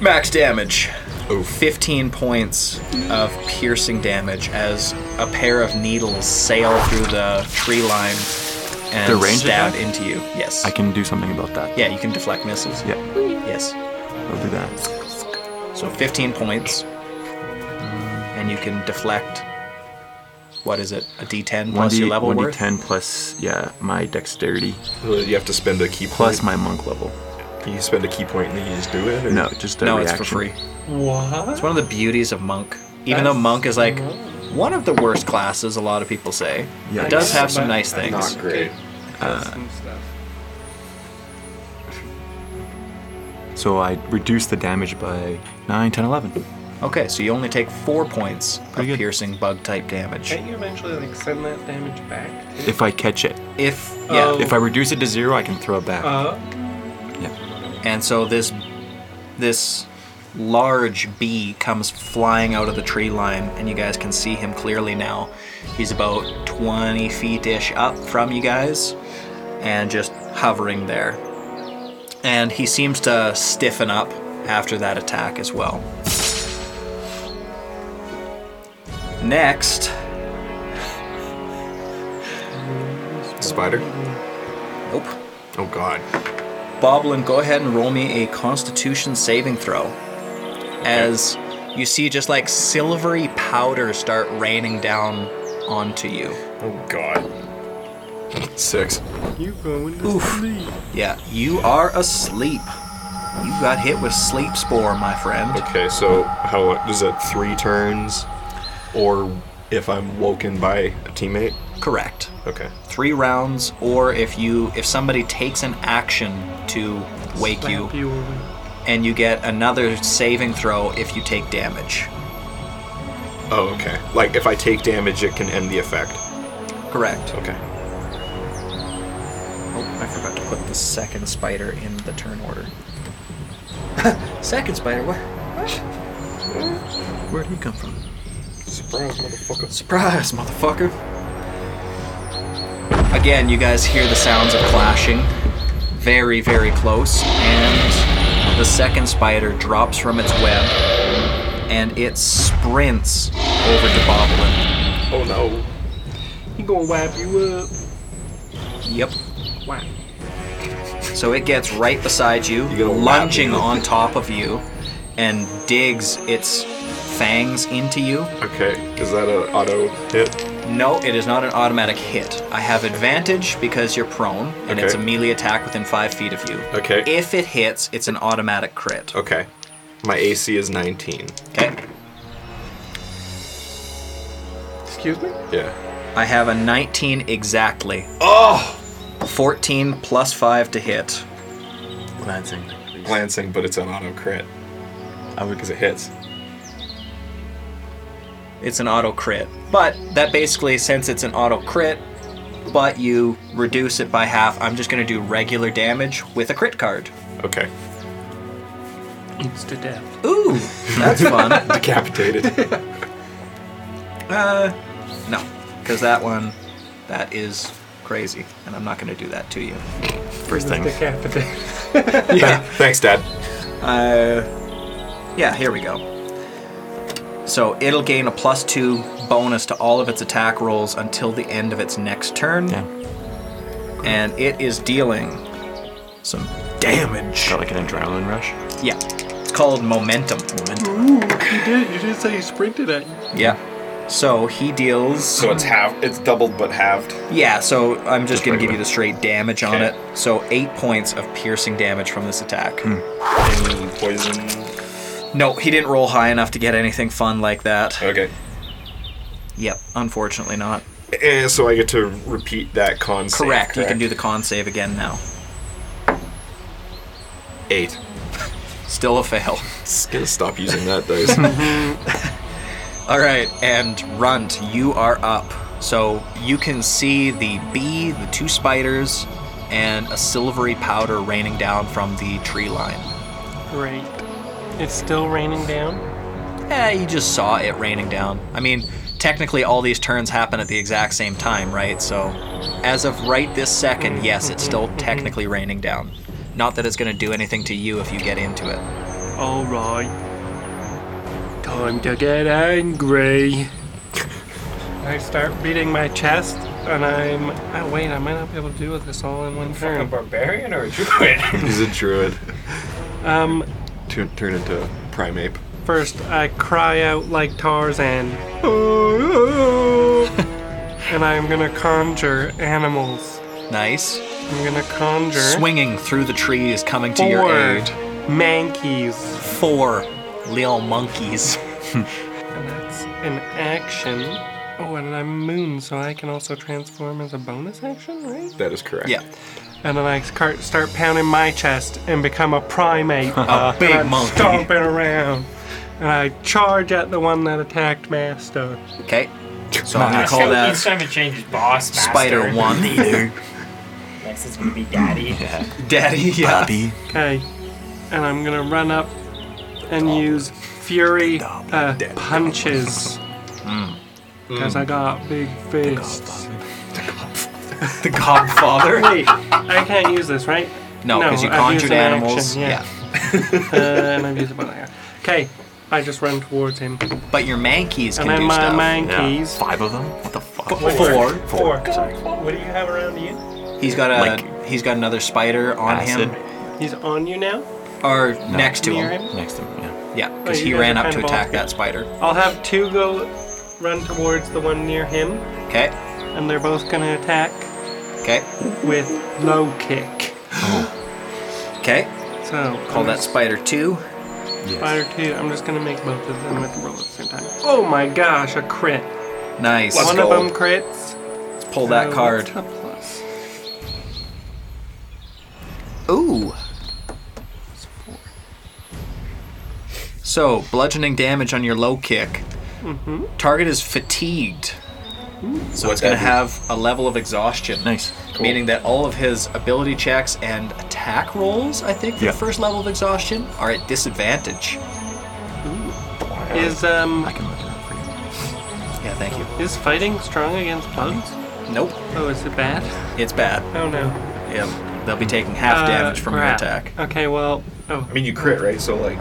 Speaker 1: max damage.
Speaker 3: Oof.
Speaker 1: 15 points of piercing damage as a pair of needles sail through the tree line and
Speaker 6: The range
Speaker 1: stab
Speaker 6: attack?
Speaker 1: into you. Yes.
Speaker 6: I can do something about that.
Speaker 1: yeah, you can deflect misses.
Speaker 6: Yeah,
Speaker 1: Yes.
Speaker 6: I'll do that.
Speaker 1: So 15 points, and you can deflect What is it? A D10 plus your level worth?
Speaker 6: 1d10 plus, yeah, my dexterity
Speaker 3: You have to spend a key point.
Speaker 6: plus my monk level.
Speaker 3: You spend a key point and then you just do it? or-
Speaker 6: No, just a
Speaker 1: No,
Speaker 6: reaction.
Speaker 1: it's for free. It's
Speaker 5: What?
Speaker 1: one of the beauties of monk. Even though
Speaker 5: That's-
Speaker 1: monk is like one of the worst classes, a lot of people say.
Speaker 6: Yeah.
Speaker 1: it does have some
Speaker 5: But
Speaker 1: nice
Speaker 5: I'm
Speaker 1: things.
Speaker 3: Not great.
Speaker 5: Some stuff.
Speaker 6: So I reduce the damage by 9, 10, 11.
Speaker 1: Okay, so you only take four points of
Speaker 6: Pretty good.
Speaker 1: piercing bug type damage.
Speaker 5: Can't you eventually like send that damage back? too?
Speaker 6: If I catch it.
Speaker 1: If yeah,
Speaker 5: Oh.
Speaker 6: If I reduce it to zero, I can throw it back.
Speaker 5: Uh,
Speaker 1: and so this this large bee comes flying out of the tree line, and you guys can see him clearly now. He's about 20 feet ish up from you guys, and just hovering there. And he seems to stiffen up after that attack as well. Next,
Speaker 3: Spider?
Speaker 1: nope.
Speaker 3: Oh god.
Speaker 1: Boblin, go ahead and roll me a Constitution saving throw. As you see just like silvery powder start raining down onto you.
Speaker 3: Oh god. Six.
Speaker 5: you going to sleep?
Speaker 1: Yeah, you are asleep. You got hit with sleep spore, my friend.
Speaker 3: Okay, so how is that three turns? Or if I'm woken by a teammate?
Speaker 1: Correct.
Speaker 3: Okay.
Speaker 1: Three rounds, or if you if somebody takes an action to wake you,
Speaker 5: Slap you away.
Speaker 1: and you get another saving throw if you take damage.
Speaker 3: Oh, okay. Like if I take damage, it can end the effect.
Speaker 1: Correct.
Speaker 3: Okay.
Speaker 1: Oh, I forgot to put the second spider in the turn order. second spider, what? Where'd he come from?
Speaker 3: Surprise, motherfucker.
Speaker 1: Surprise, motherfucker! Again, you guys hear the sounds of clashing. Very, very close. And the second spider drops from its web and it sprints over to Boblin.
Speaker 3: Oh no.
Speaker 5: He gonna wipe you up.
Speaker 1: Yep.
Speaker 5: Whack.
Speaker 1: So it gets right beside you,
Speaker 3: You gotta whap
Speaker 1: lunging
Speaker 3: it.
Speaker 1: on top of you, and digs its fangs into you.
Speaker 3: Okay, is that an auto hit?
Speaker 1: No, it is not an automatic hit. I have advantage because you're prone, and it's a
Speaker 3: Okay.
Speaker 1: melee attack within five feet of you.
Speaker 3: Okay.
Speaker 1: If it hits, it's an automatic crit.
Speaker 3: Okay. My AC is 19.
Speaker 1: Okay.
Speaker 5: Excuse me?
Speaker 3: Yeah.
Speaker 1: I have a 19 exactly.
Speaker 3: Oh!
Speaker 1: 14 plus 5 to hit.
Speaker 6: Glancing.
Speaker 3: Glancing, but it's an auto crit. I would because it hits.
Speaker 1: It's an auto crit. But that basically, since it's an auto crit, but you reduce it by half, I'm just going to do regular damage with a crit card.
Speaker 3: Okay.
Speaker 5: Eats to death.
Speaker 1: Ooh, that's fun.
Speaker 3: Decapitated.
Speaker 1: Uh, no, because that one, that is crazy, and I'm not going to do that to you.
Speaker 6: First thing.
Speaker 5: Decapitated.
Speaker 3: Thanks, Dad.
Speaker 1: Uh, yeah, here we go. So it'll gain a plus two bonus to all of its attack rolls until the end of its next turn,
Speaker 6: Yeah.
Speaker 1: and it is dealing some damage.
Speaker 6: Got like an adrenaline rush.
Speaker 1: Yeah, it's called momentum. Momentum.
Speaker 5: You did. You did say he sprinted at you.
Speaker 1: Yeah. So he deals.
Speaker 3: So it's half, it's doubled but halved.
Speaker 1: Yeah, so I'm just, gonna give
Speaker 3: regular.
Speaker 1: you the straight damage on
Speaker 3: Okay.
Speaker 1: it. So eight points of piercing damage from this attack.
Speaker 3: Any poison?
Speaker 1: No, he didn't roll high enough to get anything fun like that.
Speaker 3: Okay.
Speaker 1: Yep, unfortunately not.
Speaker 3: And so I get to repeat that con save,
Speaker 1: Correct. You can do the con save again now.
Speaker 3: Eight.
Speaker 1: Still a fail.
Speaker 3: Gonna stop using that dice.
Speaker 1: All right, and Runt, you are up. So you can see the bee, the two spiders, and a silvery powder raining down from the tree line.
Speaker 5: Great. It's still raining down.
Speaker 1: Eh, you just saw it raining down. I mean, technically, all these turns happen at the exact same time, right? So, as of right this second, yes, it's still technically raining down. Not that it's going to do anything to you if you get into it.
Speaker 5: All right. Time to get angry. I start beating my chest, and I'm. Oh wait, I might not be able to do this all in one
Speaker 7: A
Speaker 5: turn.
Speaker 7: barbarian or a druid?
Speaker 3: He's a druid.
Speaker 5: Um,
Speaker 3: Turn, turn into a primate.
Speaker 5: first I cry out like Tarzan. and I am gonna conjure animals.
Speaker 1: Nice.
Speaker 5: I'm gonna conjure
Speaker 1: Swinging through the trees, coming to
Speaker 5: four
Speaker 1: your aid.
Speaker 5: mankeys,
Speaker 1: Four little monkeys.
Speaker 5: and that's an action. Oh, and I'm moon, so I can also transform as a bonus action, right?
Speaker 3: That is correct.
Speaker 1: Yeah.
Speaker 5: And then I start, start pounding my chest and become a primate.
Speaker 1: A
Speaker 5: And
Speaker 1: big
Speaker 5: I'm
Speaker 1: monkey.
Speaker 5: Stomping around. And I charge at the one that attacked Master.
Speaker 1: Okay. So I'm gonna call
Speaker 7: Each
Speaker 1: that
Speaker 7: time it changes boss, master.
Speaker 1: Spider One.
Speaker 4: Leader,
Speaker 7: Next it's gonna be daddy.
Speaker 1: Daddy. Yeah.
Speaker 4: Bobby.
Speaker 5: Okay. And I'm gonna run up and use Fury uh, punches. Because I got big fists.
Speaker 1: The Godfather.
Speaker 5: Wait, I can't use this, right?
Speaker 1: No, because you
Speaker 5: I've used
Speaker 1: conjured
Speaker 5: uh, an action,
Speaker 1: animals. yeah.
Speaker 5: uh, and I've used a bonus action. Okay, I just run towards him.
Speaker 1: But your mankeys can
Speaker 5: And then
Speaker 1: do
Speaker 5: my
Speaker 1: stuff.
Speaker 5: mankeys.
Speaker 6: Five of them? What the fuck?
Speaker 1: Four. Four.
Speaker 5: Four. What do you have around you?
Speaker 1: He's got a
Speaker 6: Like-
Speaker 1: he's got another spider on
Speaker 6: Acid.
Speaker 1: him
Speaker 5: He's on you now?
Speaker 1: or next to
Speaker 5: Near
Speaker 1: him.
Speaker 5: him?
Speaker 6: Next to him, yeah.
Speaker 1: Yeah,
Speaker 5: Oh,
Speaker 1: because
Speaker 5: you
Speaker 1: he
Speaker 5: guys
Speaker 1: ran
Speaker 5: are
Speaker 1: up to
Speaker 5: kinda
Speaker 1: attack
Speaker 5: bulky.
Speaker 1: that spider.
Speaker 5: I'll have two go run towards the one near him,
Speaker 1: Okay.
Speaker 5: and they're both gonna attack
Speaker 1: Okay.
Speaker 5: with low kick.
Speaker 1: Okay.
Speaker 5: So
Speaker 1: Call
Speaker 5: I'm
Speaker 1: that spider two.
Speaker 5: gonna fire two. I'm just gonna make both of them with the roll at the same time. Oh my gosh, a crit!
Speaker 1: Nice.
Speaker 5: one
Speaker 1: Let's
Speaker 5: of them crits.
Speaker 1: pull that
Speaker 5: So
Speaker 1: card.
Speaker 5: what's the plus?
Speaker 1: Ooh. So, bludgeoning damage on your low kick.
Speaker 5: Mm-hmm.
Speaker 1: Target is fatigued. So it's going to have a level of exhaustion.
Speaker 6: Nice.
Speaker 1: Meaning that all of his ability checks and attack rolls, I think, for
Speaker 6: Yeah.
Speaker 1: the first level of exhaustion, are at disadvantage.
Speaker 5: Is um
Speaker 6: I can look it up for you.
Speaker 1: Yeah, thank you.
Speaker 5: is fighting strong against bugs?
Speaker 1: Nope,
Speaker 5: Oh, is it bad?
Speaker 1: it's bad.
Speaker 5: Oh no.
Speaker 1: Yeah, they'll be taking half
Speaker 5: Uh,
Speaker 1: damage from your
Speaker 5: crap.
Speaker 1: attack.
Speaker 5: Okay, well, oh
Speaker 3: I mean, you crit, right? So, like,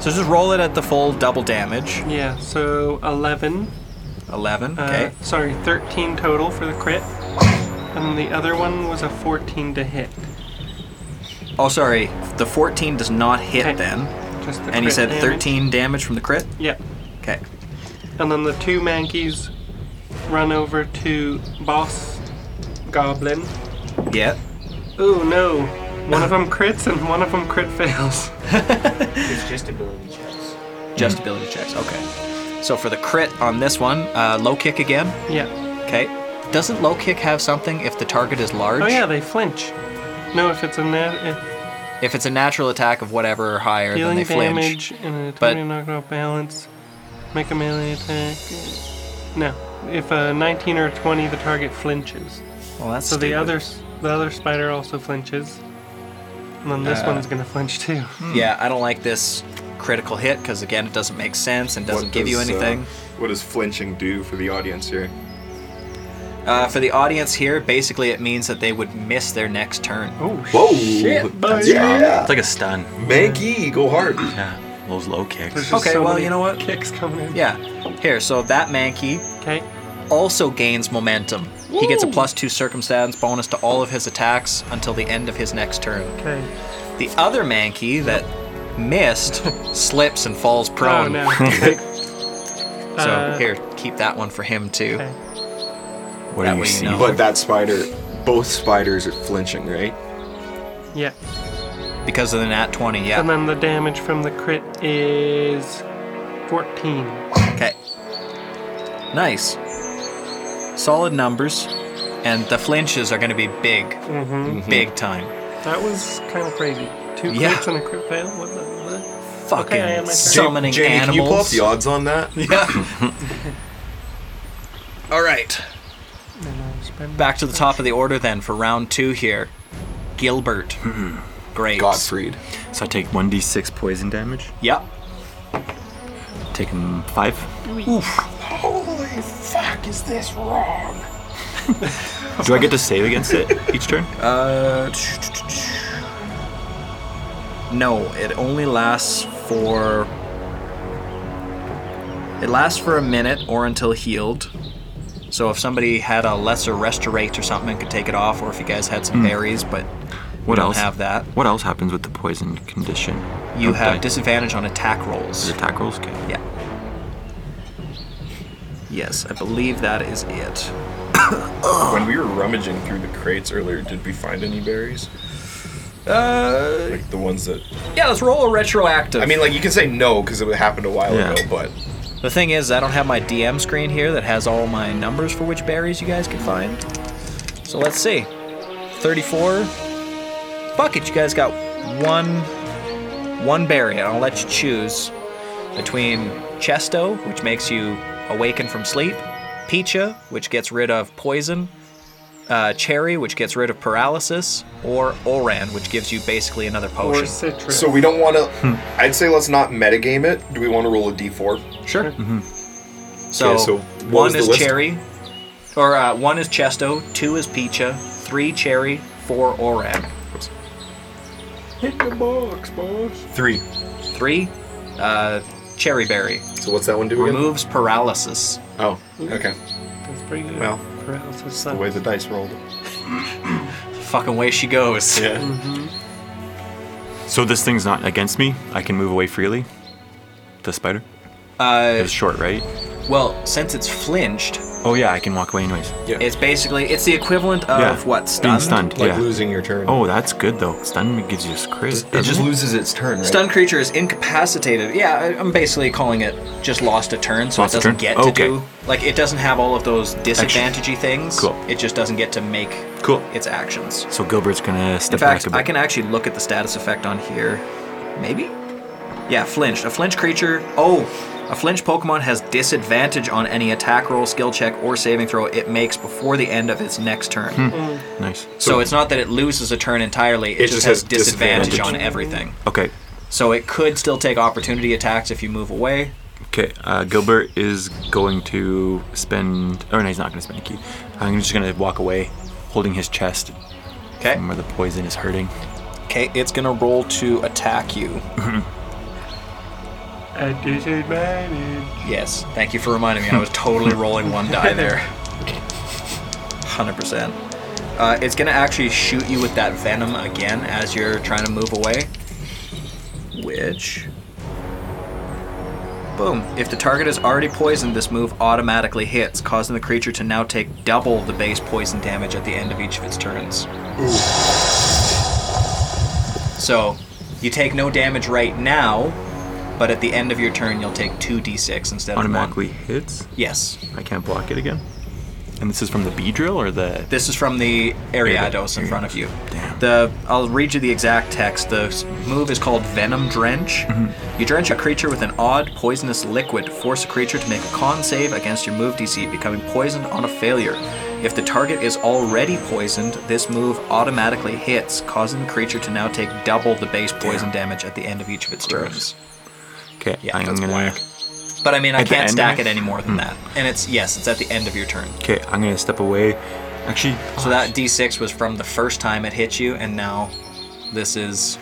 Speaker 1: So just roll it at the full double damage.
Speaker 5: yeah. So eleven.
Speaker 1: 11,
Speaker 5: Uh,
Speaker 1: okay.
Speaker 5: sorry, 13 total for the crit. And the other one was a 14 to hit.
Speaker 1: oh, sorry. The 14 does not hit
Speaker 5: okay.
Speaker 1: then.
Speaker 5: Just the
Speaker 1: And he
Speaker 5: crit
Speaker 1: said
Speaker 5: damage.
Speaker 1: 13 damage from the crit?
Speaker 5: Yep.
Speaker 1: Okay.
Speaker 5: And then the two mankeys run over to boss goblin.
Speaker 1: Yeah.
Speaker 5: Ooh no! One of them crits and one of them crit fails.
Speaker 7: it's just ability checks.
Speaker 1: Just ability checks. Okay. So for the crit on this one, uh, low kick again.
Speaker 5: Yeah.
Speaker 1: Okay. Doesn't low kick have something if the target is large?
Speaker 5: Oh yeah, they flinch. No, if it's a nat- if
Speaker 1: If it's a natural attack of whatever or higher, then
Speaker 5: dealing
Speaker 1: they flinch.
Speaker 5: damage and an attempt
Speaker 1: But-
Speaker 5: to knock it off balance, make a melee attack. No, if a 19 or 20, the target flinches.
Speaker 1: Well, that's
Speaker 5: So the
Speaker 1: stupid.
Speaker 5: other s- the other spider also flinches, and then this
Speaker 1: Uh, Hmm.
Speaker 5: one's gonna flinch too.
Speaker 1: Yeah, I don't like this critical hit because again, it doesn't make sense and doesn't
Speaker 3: what
Speaker 1: give you
Speaker 3: does, uh,
Speaker 1: anything.
Speaker 3: what does flinching do for the audience here?
Speaker 1: Uh, for the audience here, basically it means that they would miss their next turn.
Speaker 5: Oh
Speaker 3: Whoa!
Speaker 5: buddy.
Speaker 3: yeah!
Speaker 6: It's like a stun.
Speaker 3: Mankey, E, go hard.
Speaker 6: Yeah. Those low kicks.
Speaker 1: Okay, well, you know what?
Speaker 5: Kicks coming in.
Speaker 1: Yeah. Here, so that Mankey
Speaker 5: Okay.
Speaker 1: also gains momentum. He gets a plus two circumstance bonus to all of his attacks until the end of his next turn.
Speaker 5: Okay.
Speaker 1: The other Mankey that missed slips and falls
Speaker 5: Oh
Speaker 1: prone.
Speaker 5: no. Okay.
Speaker 1: So
Speaker 5: Uh,
Speaker 1: here, keep that one for him too.
Speaker 5: Okay.
Speaker 6: What
Speaker 1: That
Speaker 6: do you
Speaker 1: way you
Speaker 6: see?
Speaker 1: know.
Speaker 3: But that spider, both spiders are flinching, right?
Speaker 5: Yeah.
Speaker 1: Because of the nat 20, yeah.
Speaker 5: And then the damage from the crit is 14.
Speaker 1: Okay. Nice. Solid numbers. And the flinches are going to be big.
Speaker 5: Mm-hmm.
Speaker 1: Big time.
Speaker 5: That was kind of crazy. Two
Speaker 1: Yeah.
Speaker 5: crits and a crit fail. What the? What?
Speaker 1: Fucking
Speaker 5: I am a-
Speaker 1: summoning
Speaker 3: Jamie,
Speaker 1: animals.
Speaker 3: can you pull up the odds on that?
Speaker 1: Yeah. All right.
Speaker 5: the- And I spend-
Speaker 1: Back to the top of the order then for round two here. Gilbert.
Speaker 3: Hmm.
Speaker 1: Great.
Speaker 3: Gottfried.
Speaker 6: So I take 1d6 poison damage.
Speaker 1: Yep.
Speaker 6: Taking five.
Speaker 2: Holy fuck, is this wrong?
Speaker 6: Do I get to save against it each turn?
Speaker 1: Uh, no, it only lasts for. It lasts for a minute or until healed. So if somebody had a lesser restorate or something, could take it off, or if you guys had
Speaker 3: Hmm.
Speaker 1: some berries, but we
Speaker 6: What
Speaker 1: don't
Speaker 6: else?
Speaker 1: have that.
Speaker 6: What else happens with the poison condition?
Speaker 1: You
Speaker 6: Okay.
Speaker 1: have disadvantage on attack rolls.
Speaker 6: attack rolls. Okay.
Speaker 1: Yeah. Yes, I believe that is it.
Speaker 3: When we were rummaging through the crates earlier, did we find any berries?
Speaker 1: Uh,
Speaker 3: Like the ones that.
Speaker 1: yeah, let's roll a retroactive.
Speaker 3: I mean, like, you can say no because it happened a while
Speaker 6: Yeah.
Speaker 3: ago, but.
Speaker 1: the thing is, I don't have my DM screen here that has all my numbers for which berries you guys can find. So let's see. 34. Fuck it, you guys got one, one berry, and I'll let you choose between Chesto, which makes you awaken from sleep, Peacha, which gets rid of poison, uh, Cherry, which gets rid of paralysis, or Oran, which gives you basically another potion.
Speaker 5: Or citrus.
Speaker 3: So we don't want to. I'd say let's not metagame it. Do we want to roll a d4?
Speaker 1: Sure.
Speaker 6: Mm-hmm.
Speaker 1: Mm-hmm. So,
Speaker 3: Okay, so what was
Speaker 1: one
Speaker 3: the
Speaker 1: is
Speaker 3: list?
Speaker 1: cherry, or uh, one is Chesto, two is Peacha, three cherry, four Oran,
Speaker 5: hit the box, boss.
Speaker 3: Three.
Speaker 1: three uh, cherry berry.
Speaker 3: So what's that one do again?
Speaker 1: Removes paralysis.
Speaker 3: Oh, okay.
Speaker 5: That's pretty good.
Speaker 3: Well,
Speaker 5: paralysis.
Speaker 3: The
Speaker 5: sucks.
Speaker 3: way the dice rolled.
Speaker 1: Fucking way she goes.
Speaker 3: Yeah.
Speaker 6: So this thing's not against me. I can move away freely. The spider. It
Speaker 1: Uh,
Speaker 6: was short, right?
Speaker 1: well, since it's flinched,
Speaker 6: Oh yeah, I can walk away anyways.
Speaker 1: it's basically it's the equivalent of
Speaker 6: yeah.
Speaker 1: what
Speaker 6: Being
Speaker 1: stunned.
Speaker 6: stunned.
Speaker 3: Like
Speaker 6: yeah.
Speaker 3: losing your turn.
Speaker 6: Oh, that's good though. Stun gives you a crit.
Speaker 3: it
Speaker 6: doesn't
Speaker 3: just loses its turn. Right?
Speaker 1: Stunned creature is incapacitated. Yeah, I- I'm basically calling it just lost a turn, so
Speaker 6: Lost
Speaker 1: it
Speaker 6: a
Speaker 1: doesn't
Speaker 6: turn?
Speaker 1: get to
Speaker 6: Okay.
Speaker 1: do like it doesn't have all of those disadvantagey things.
Speaker 6: Cool.
Speaker 1: It just doesn't get to make
Speaker 6: Cool.
Speaker 1: its actions.
Speaker 6: So Gilbert's gonna step
Speaker 1: In fact,
Speaker 6: back a bit.
Speaker 1: I can actually look at the status effect on here. Maybe? Yeah, flinched. A flinch creature. Oh, a flinch Pokemon has disadvantage on any attack roll, skill check, or saving throw it makes before the end of its next turn.
Speaker 6: Nice.
Speaker 1: Hmm. So it's not that it loses a turn entirely, it, just, has, disadvantage,
Speaker 3: disadvantage.
Speaker 1: on everything.
Speaker 6: Okay.
Speaker 1: So it could still take opportunity attacks if you move away.
Speaker 6: Okay. Uh, Gilbert is going to spend. Oh no, he's not gonna spend a key. I'm just gonna walk away, holding his chest
Speaker 1: Okay.
Speaker 6: from where the poison is hurting.
Speaker 1: Okay, it's gonna roll to attack you.
Speaker 5: At disadvantage.
Speaker 1: Yes, thank you for reminding me. I was totally rolling one die there. 100%. Uh, it's going to actually shoot you with that venom again as you're trying to move away. Which. Boom. If the target is already poisoned, this move automatically hits, causing the creature to now take double the base poison damage at the end of each of its turns. So, you take no damage right now, but at the end of your turn, you'll take 2d6 instead
Speaker 6: Automatically
Speaker 1: of
Speaker 6: hits.
Speaker 1: 1. Yes.
Speaker 6: I can't block it again. And this is from the B drill or the.
Speaker 1: This is from the Ariados in front of you.
Speaker 6: Damn.
Speaker 1: The I'll read you the exact text. The s- move is called Venom Drench.
Speaker 6: Mm-hmm.
Speaker 1: You drench a creature with an odd poisonous liquid. Force a creature to make a con save against your move DC, becoming poisoned on a failure. If the target is already poisoned, this move automatically hits, causing the creature to now take double the base poison damage at the end of each of its turns.
Speaker 6: Okay.
Speaker 1: Yeah,
Speaker 6: I'm
Speaker 1: that's
Speaker 6: gonna.
Speaker 1: whack. But I mean, I
Speaker 6: At the
Speaker 1: can't
Speaker 6: end of Hmm.
Speaker 1: stack
Speaker 6: it?
Speaker 1: it any more than that. And it's yes, it's at the end of your turn.
Speaker 6: Okay. I'm gonna step away. Actually.
Speaker 1: So that d6 was from the first time it hit you, and now this is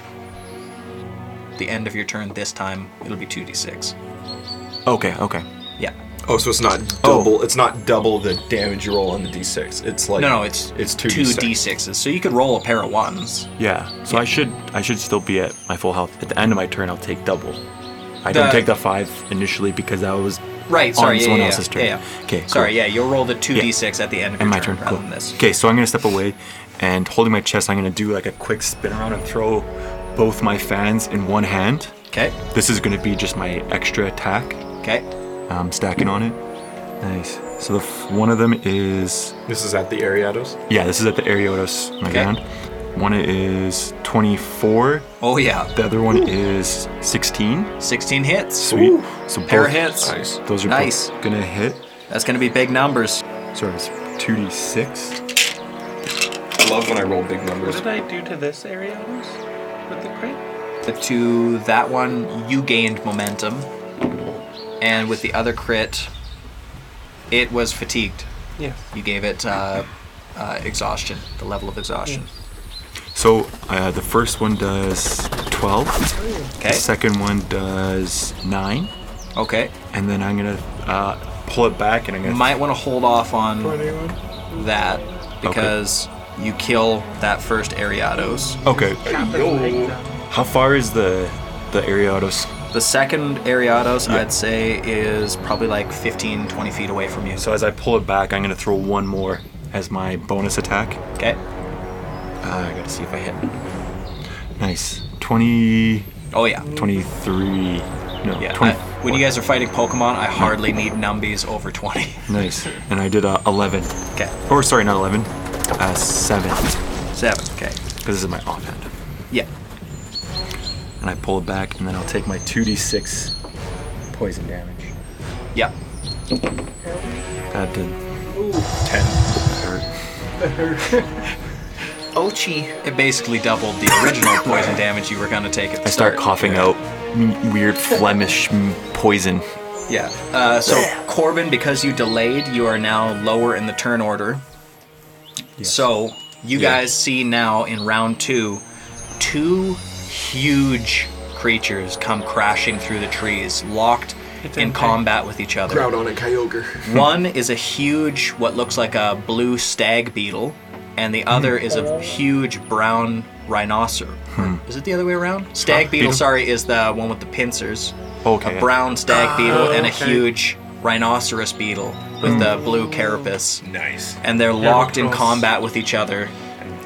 Speaker 1: the end of your turn. This time it'll be 2d6.
Speaker 6: Okay. Okay.
Speaker 1: Yeah.
Speaker 3: Oh, so it's not
Speaker 6: Oh.
Speaker 3: double. It's not double the damage you roll on the d6. It's like
Speaker 1: No, no, it's
Speaker 3: it's
Speaker 1: two
Speaker 3: 2d6.
Speaker 1: d6s. So you could roll a pair of ones.
Speaker 6: Yeah. So I should I should still be at my full health. At the end of my turn, I'll take double. I
Speaker 1: The-
Speaker 6: don't take the five initially because that was
Speaker 1: Right.
Speaker 6: on
Speaker 1: Sorry. yeah,
Speaker 6: someone
Speaker 1: yeah,
Speaker 6: else's
Speaker 1: yeah,
Speaker 6: turn.
Speaker 1: Yeah.
Speaker 6: Okay. cool.
Speaker 1: Sorry. Yeah. You'll roll the 2d6 at the end of
Speaker 6: And
Speaker 1: your
Speaker 6: my turn.
Speaker 1: rather
Speaker 6: Cool.
Speaker 1: than this.
Speaker 6: Okay. So I'm gonna step away, and holding my chest, I'm gonna do like a quick spin around and throw both my fans in one hand.
Speaker 1: Okay.
Speaker 6: This is gonna be just my extra attack.
Speaker 1: Okay.
Speaker 6: Um, stacking on it. Nice. So the f- one of them is
Speaker 3: This is at the Ariados.
Speaker 6: yeah. This is at the Ariotos my
Speaker 1: Okay.
Speaker 6: round. One is 24.
Speaker 1: Oh yeah.
Speaker 6: The other one is 16.
Speaker 1: 16 hits.
Speaker 6: Sweet. So
Speaker 1: Pair
Speaker 6: both-
Speaker 1: of hits.
Speaker 3: Nice.
Speaker 6: Those are
Speaker 1: Nice.
Speaker 6: both gonna hit.
Speaker 1: That's gonna be big numbers.
Speaker 6: So it's 2d6.
Speaker 3: I love when I roll big
Speaker 5: What
Speaker 3: numbers.
Speaker 5: did I do to this area Alice? with the crate?
Speaker 1: To that one, you gained momentum, and with the other crit, it was fatigued.
Speaker 5: Yes.
Speaker 1: You gave it uh, uh, exhaustion, the level of exhaustion.
Speaker 6: So uh, the first one does 12.
Speaker 1: Okay.
Speaker 6: The second one does 9.
Speaker 1: Okay.
Speaker 6: And then I'm gonna uh, pull it back and I'm gonna.
Speaker 1: Might want to hold off on
Speaker 5: Anyone?
Speaker 1: that because you kill that first Ariados.
Speaker 6: okay.
Speaker 5: Yo.
Speaker 6: How far is the the Ariados
Speaker 1: The second Ariados, I'd say, is probably like 15, 20 feet away from you. So,
Speaker 6: So as I pull it back, I'm gonna throw one more as my bonus attack.
Speaker 1: okay.
Speaker 6: Uh, I gotta see if I hit. Nice. 20.
Speaker 1: Oh, yeah.
Speaker 6: 23. No,
Speaker 1: Yeah.
Speaker 6: 20.
Speaker 1: I- when you guys are fighting Pokemon, I hardly need numbies over 20.
Speaker 6: Nice. And I did uh, 11.
Speaker 1: Okay.
Speaker 6: Or, sorry, not 11. Uh, 7.
Speaker 1: Seven. Okay.
Speaker 6: Because this is my offhand.
Speaker 1: Yeah.
Speaker 6: And I pull it back, and then I'll take my 2d6 poison damage.
Speaker 1: Yeah.
Speaker 6: That did. 10. Hurt.
Speaker 7: Ochi.
Speaker 1: It basically doubled the original poison damage you were going to take at the
Speaker 6: I start
Speaker 1: start.
Speaker 6: coughing out m- weird Flemish m- poison.
Speaker 1: Yeah. Uh, so Corbin, because you delayed, you are now lower in the turn order. So you
Speaker 6: Yeah.
Speaker 1: guys see now in round two, two huge creatures come crashing through the trees, locked in combat with each other.
Speaker 3: Crowd on it, Kyogre.
Speaker 6: Hmm.
Speaker 1: One is a huge, what looks like a blue stag beetle, and the other is a huge brown rhinoceros. Is it the other way around? Stag beetle,
Speaker 6: Hmm. beetle.
Speaker 1: sorry, is the one with the pincers.
Speaker 6: Okay.
Speaker 1: A brown stag beetle and a
Speaker 5: okay.
Speaker 1: huge rhinoceros beetle with
Speaker 6: Hmm.
Speaker 1: the blue carapace.
Speaker 8: Nice.
Speaker 1: And they're locked in
Speaker 5: cross.
Speaker 1: combat with each other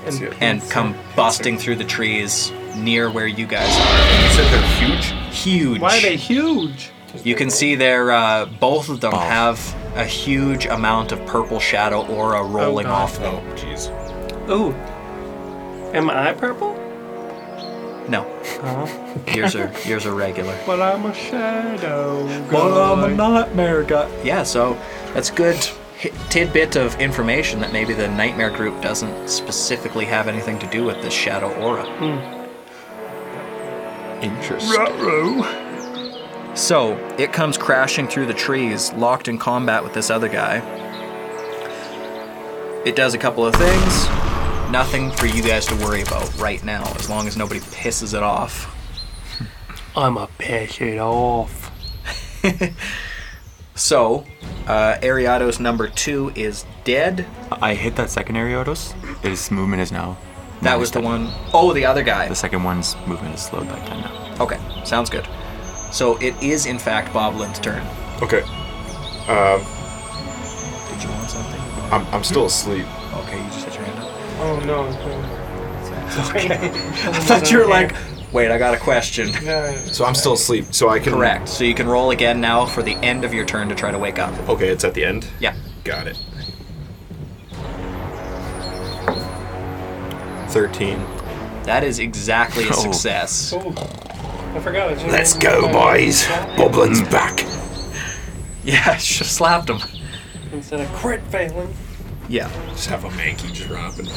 Speaker 5: And
Speaker 1: and come busting through the trees near where you guys are.
Speaker 8: You said they're huge?
Speaker 1: Huge.
Speaker 5: why are they huge?
Speaker 1: You can see there, uh, both of them
Speaker 6: Oh.
Speaker 1: have a huge amount of purple shadow aura rolling
Speaker 5: God.
Speaker 1: off
Speaker 8: Oh,
Speaker 1: them.
Speaker 8: jeez.
Speaker 5: Ooh. Am I purple?
Speaker 1: No,
Speaker 5: Oh,
Speaker 1: yours are yours are regular.
Speaker 5: but I'm a shadow. guy.
Speaker 6: nightmare guy.
Speaker 1: Yeah, so that's good hi- tidbit of information that maybe the nightmare group doesn't specifically have anything to do with this shadow aura.
Speaker 6: Interesting.
Speaker 1: So it comes crashing through the trees, locked in combat with this other guy. It does a couple of things. Nothing for you guys to worry about right now, as long as nobody pisses it off.
Speaker 5: I'm a piss it off.
Speaker 1: So, uh, Ariados number two is dead.
Speaker 6: I hit that secondary Otis. His movement is now.
Speaker 1: That was the one oh the other guy.
Speaker 6: The second one's movement is slowed by 10 now.
Speaker 1: Okay, sounds good. So it is in fact Boblin's turn.
Speaker 3: Okay,
Speaker 1: Did you want something?
Speaker 3: I'm, I'm still asleep.
Speaker 1: Okay, you just hit your hand up.
Speaker 5: Oh no. no.
Speaker 1: I thought you were like, wait, I got a question.
Speaker 5: Yeah.
Speaker 3: So I'm still asleep. So I can.
Speaker 1: Correct. So you can roll again now for the end of your turn to try to wake up.
Speaker 3: Okay, it's at the end.
Speaker 1: Yeah.
Speaker 3: Got it. 13.
Speaker 1: That is exactly a
Speaker 6: Oh.
Speaker 1: success.
Speaker 5: Ooh. I forgot. I just
Speaker 2: Let's go, boys. Boblin's
Speaker 3: Mm.
Speaker 2: back.
Speaker 1: Yeah, should have slapped him.
Speaker 5: Instead of crit failing.
Speaker 1: Yeah.
Speaker 8: Just have a manky just run up and.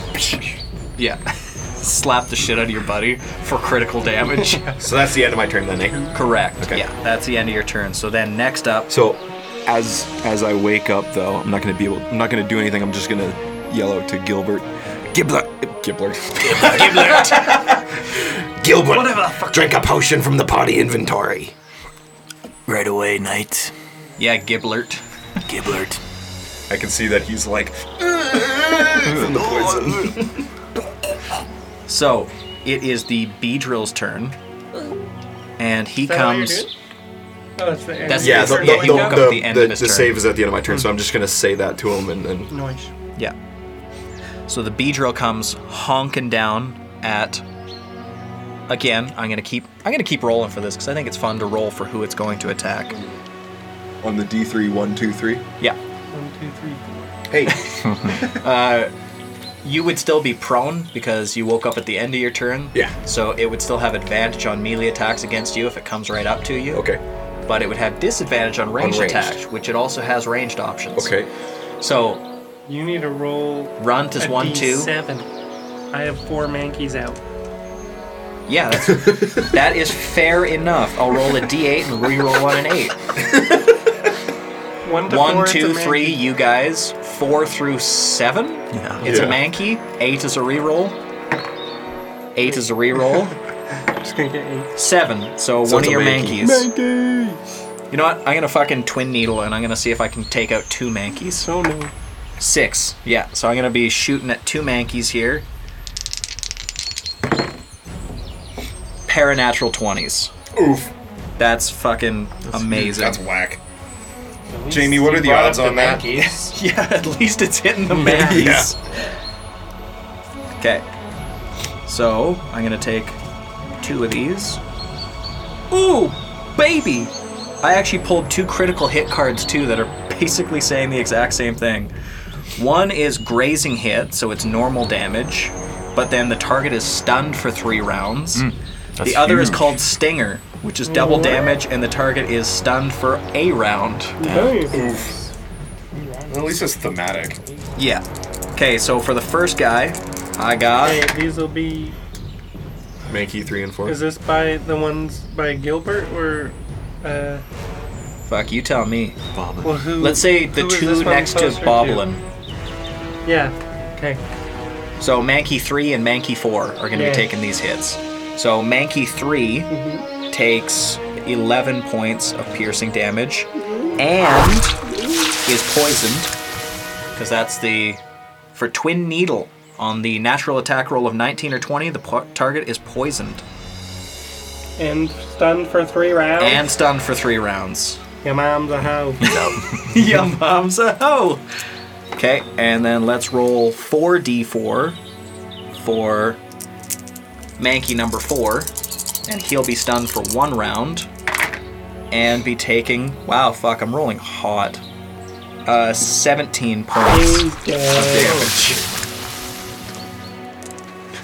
Speaker 1: Yeah. Slap the shit out of your buddy for critical damage.
Speaker 3: So that's the end of my turn then, eh?
Speaker 1: Correct.
Speaker 3: Okay.
Speaker 1: Yeah, that's the end of your turn. So then next up,
Speaker 3: So as as I wake up though, I'm not gonna be able I'm not gonna do anything, I'm just gonna yell out to Gilbert. Gibler Gibler.
Speaker 2: Gilbert,
Speaker 1: Whatever the fuck-
Speaker 2: drink a potion from the party inventory.
Speaker 4: Right away, knight.
Speaker 1: yeah, Giblert.
Speaker 4: Giblert.
Speaker 8: I can see that he's like.
Speaker 1: So it is the Beedrill's turn, and he
Speaker 5: that all you're
Speaker 1: comes.
Speaker 5: doing? Oh, that's the end.
Speaker 1: That's
Speaker 3: Yeah, the,
Speaker 1: the-
Speaker 3: the,
Speaker 1: yeah, you
Speaker 3: the-
Speaker 1: woke up
Speaker 3: the-
Speaker 1: at the end of
Speaker 3: the-
Speaker 1: his
Speaker 3: the
Speaker 1: turn.
Speaker 3: save is at the end of my turn, so I'm just gonna say that to him and, and
Speaker 5: noise.
Speaker 1: Yeah. So the Beedrill comes honking down at. Again, I'm gonna keep. I'm gonna keep rolling for this because I think it's fun to roll for who it's going to attack.
Speaker 9: On the D3, one, two, three.
Speaker 1: Yeah.
Speaker 5: One, two, three, four.
Speaker 9: Hey,
Speaker 1: You would still be prone because you woke up at the end of your turn.
Speaker 8: Yeah.
Speaker 1: So it would still have advantage on melee attacks against you if it comes right up to you.
Speaker 8: Okay.
Speaker 1: But it would have disadvantage on ranged,
Speaker 8: ranged.
Speaker 1: attacks, which it also has ranged options.
Speaker 8: Okay.
Speaker 1: So
Speaker 5: You need to roll.
Speaker 1: Runt is
Speaker 5: a
Speaker 1: one two.
Speaker 5: D7. I have four mankeys out.
Speaker 1: Yeah, that's, that is fair enough. I'll roll a d8 and re-roll one and eight.
Speaker 5: One to four
Speaker 1: One,
Speaker 5: is a
Speaker 1: two,
Speaker 5: mankey.
Speaker 1: three, you guys. Four through seven. Yeah. It's a
Speaker 3: Yeah.
Speaker 1: manky. Eight is a reroll. Eight is a reroll.
Speaker 5: I'm just gonna get eight.
Speaker 1: Seven. So, one
Speaker 3: it's
Speaker 1: of
Speaker 3: a
Speaker 1: your
Speaker 3: manky.
Speaker 1: mankeys. You know what? I'm gonna fucking twin needle and I'm gonna see if I can take out two mankeys.
Speaker 5: Oh no.
Speaker 1: Six. Yeah. So I'm gonna be shooting at two mankeys here. Paranatural twenties.
Speaker 8: Oof.
Speaker 1: That's fucking amazing.
Speaker 8: That's whack.
Speaker 7: At least
Speaker 8: Jamie, what
Speaker 7: you
Speaker 8: are the
Speaker 7: brought
Speaker 8: odds
Speaker 7: up
Speaker 8: on that?
Speaker 7: Yankees.
Speaker 1: yeah, at least it's hitting the mankies. Okay. So I'm gonna take two of these. Ooh, baby! I actually pulled two critical hit cards too that are basically saying the exact same thing. One is grazing hit, so it's normal damage, but then the target is stunned for three rounds. the other is
Speaker 6: huge.
Speaker 1: called Stinger, which is double damage, and the target is stunned for a round.
Speaker 5: Nice.
Speaker 8: Well, at least it's thematic.
Speaker 1: Yeah. Okay, so for the first guy, I got.
Speaker 5: Okay, these will be.
Speaker 3: Mankey three and four.
Speaker 5: Is this by the ones by Gilbert or? Uh,
Speaker 1: Fuck, you tell me.
Speaker 5: well, who?
Speaker 1: Let's say the
Speaker 5: who is this
Speaker 1: two
Speaker 5: one
Speaker 1: next to
Speaker 5: closer
Speaker 1: Boblin.
Speaker 5: Yeah. Okay.
Speaker 1: So Mankey 3 and Mankey 4 are going to
Speaker 5: Yeah.
Speaker 1: be taking these hits. So Mankey 3
Speaker 5: Mm-hmm.
Speaker 1: takes 11 points of piercing damage
Speaker 5: Mm-hmm.
Speaker 1: and is poisoned because that's the for twin needle on the natural attack roll of 19 or 20 the po- target is poisoned
Speaker 5: And stunned for three rounds.
Speaker 1: and stunned for 3 rounds.
Speaker 5: your mom's a hoe.
Speaker 1: Yum mom's a hoe. Okay, and then let's roll 4d4 for Mankey number 4. And he'll be stunned for one round and be taking. Wow, fuck, I'm rolling hot. Uh, 17 points of damage.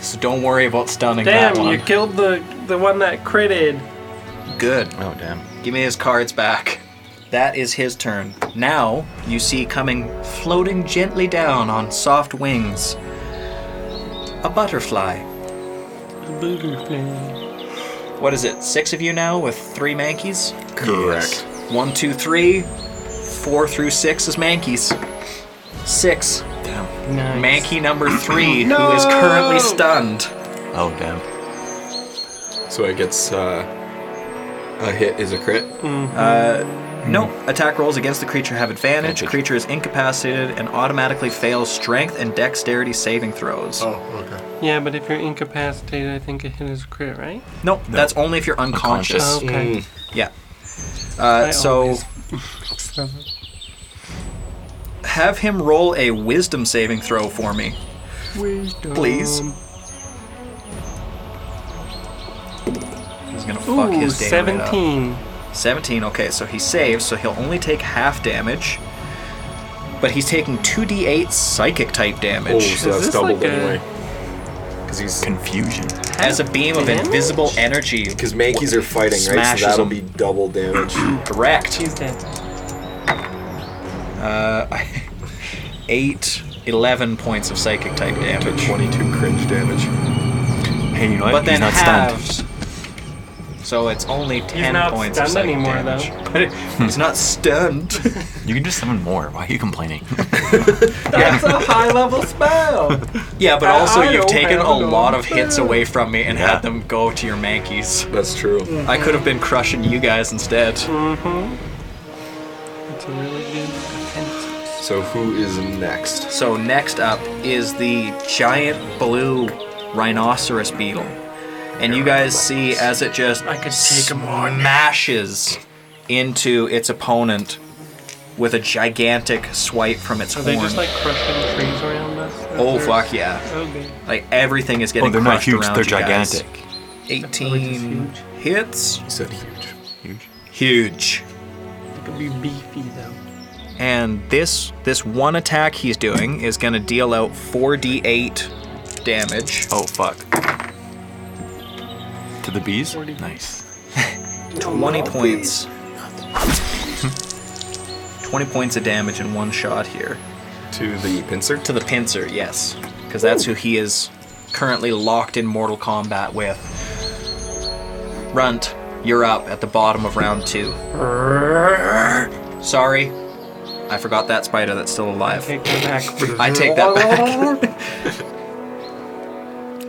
Speaker 1: So don't worry about stunning that
Speaker 5: Damn,
Speaker 1: one.
Speaker 5: you killed the the one that critted.
Speaker 1: Good.
Speaker 6: Oh damn.
Speaker 1: Give me his cards back. That is his turn. Now you see coming floating gently down on soft wings a butterfly. What is it? Six of you now with three mankeys?
Speaker 6: Correct.
Speaker 1: One, two, three. Four through six is mankeys. Six. Damn.
Speaker 5: Nice.
Speaker 1: Mankey number three, who is currently stunned.
Speaker 6: Oh damn.
Speaker 3: So it gets uh, a hit is a crit.
Speaker 1: No. Attack rolls against the creature have advantage.
Speaker 6: Advantage.
Speaker 1: Creature is incapacitated and automatically fails strength and dexterity saving throws.
Speaker 8: Oh, okay.
Speaker 5: Yeah, but if you're incapacitated, I think a hit is a crit, right? Oh,
Speaker 1: Nope, that's only if you're unconscious.
Speaker 6: Unconscious.
Speaker 5: Okay.
Speaker 1: Yeah. Uh,
Speaker 5: I
Speaker 1: so
Speaker 5: always mix them up.
Speaker 1: have him roll a wisdom saving throw for me. Mm. Please.
Speaker 5: Um,
Speaker 1: He's gonna fuck
Speaker 5: Ooh,
Speaker 1: his day right up.
Speaker 5: 17.
Speaker 1: 17, okay, so he saves, so he'll only take half damage. But he's taking 2d8 psychic type
Speaker 3: Oh,
Speaker 1: damage
Speaker 3: so that's
Speaker 5: this
Speaker 3: doubled
Speaker 5: like a-
Speaker 3: anyway. Because he's
Speaker 6: Confusion.
Speaker 1: as a beam of
Speaker 5: Damage?
Speaker 1: invisible energy.
Speaker 3: because Mankeys are fighting, right?
Speaker 1: Smashes
Speaker 3: So that'll
Speaker 1: him.
Speaker 3: be double damage.
Speaker 1: Correct.
Speaker 5: He's dead.
Speaker 1: Uh, 8, 11 points of psychic type
Speaker 3: Took
Speaker 1: damage.
Speaker 3: 22 cringe damage.
Speaker 6: Hey, you know what?
Speaker 1: But
Speaker 6: He's
Speaker 1: then
Speaker 6: not stunned.
Speaker 1: halved. So it's only 10
Speaker 5: not
Speaker 1: points of
Speaker 5: stunned
Speaker 1: psychic
Speaker 5: anymore,
Speaker 1: damage. But he's not stunned.
Speaker 6: You can just summon more. Why are you complaining?
Speaker 5: That's a high level spell.
Speaker 1: Yeah, but
Speaker 5: I-
Speaker 1: also
Speaker 5: I
Speaker 1: you've
Speaker 5: don't
Speaker 1: taken
Speaker 5: have
Speaker 1: a
Speaker 5: no
Speaker 1: lot of hits
Speaker 5: clue.
Speaker 1: away from me and
Speaker 6: Yeah.
Speaker 1: had them go to your mankeys.
Speaker 3: That's true.
Speaker 1: I could have been crushing you guys instead.
Speaker 5: it's a really good defense.
Speaker 3: So who is next?
Speaker 1: So next up is the giant blue rhinoceros beetle. And you guys see as it just
Speaker 5: I could take 'em on.
Speaker 1: smashes into its opponent with a gigantic swipe from its
Speaker 5: Are
Speaker 1: horn.
Speaker 5: they just like crushing trees around us? Is
Speaker 1: oh
Speaker 5: there-
Speaker 1: fuck yeah.
Speaker 5: Okay.
Speaker 1: Like everything is getting
Speaker 6: oh, they're not
Speaker 1: crushed
Speaker 6: huge.
Speaker 1: around
Speaker 6: They're
Speaker 1: you guys.
Speaker 6: gigantic.
Speaker 1: 18 hits.
Speaker 3: He said huge.
Speaker 6: Huge.
Speaker 1: Huge.
Speaker 5: It could be beefy though.
Speaker 1: And this this one attack he's doing is gonna deal out 4d8 damage.
Speaker 6: Oh fuck. To the bees. Nice.
Speaker 1: 20 points. 20 points of damage in one shot here.
Speaker 3: To the pincer.
Speaker 1: To the pincer, yes. Because that's who he is currently locked in mortal combat with. Runt, you're up at the bottom of round two. Sorry. I forgot that spider that's still alive.
Speaker 5: Take that back.
Speaker 1: I take that back.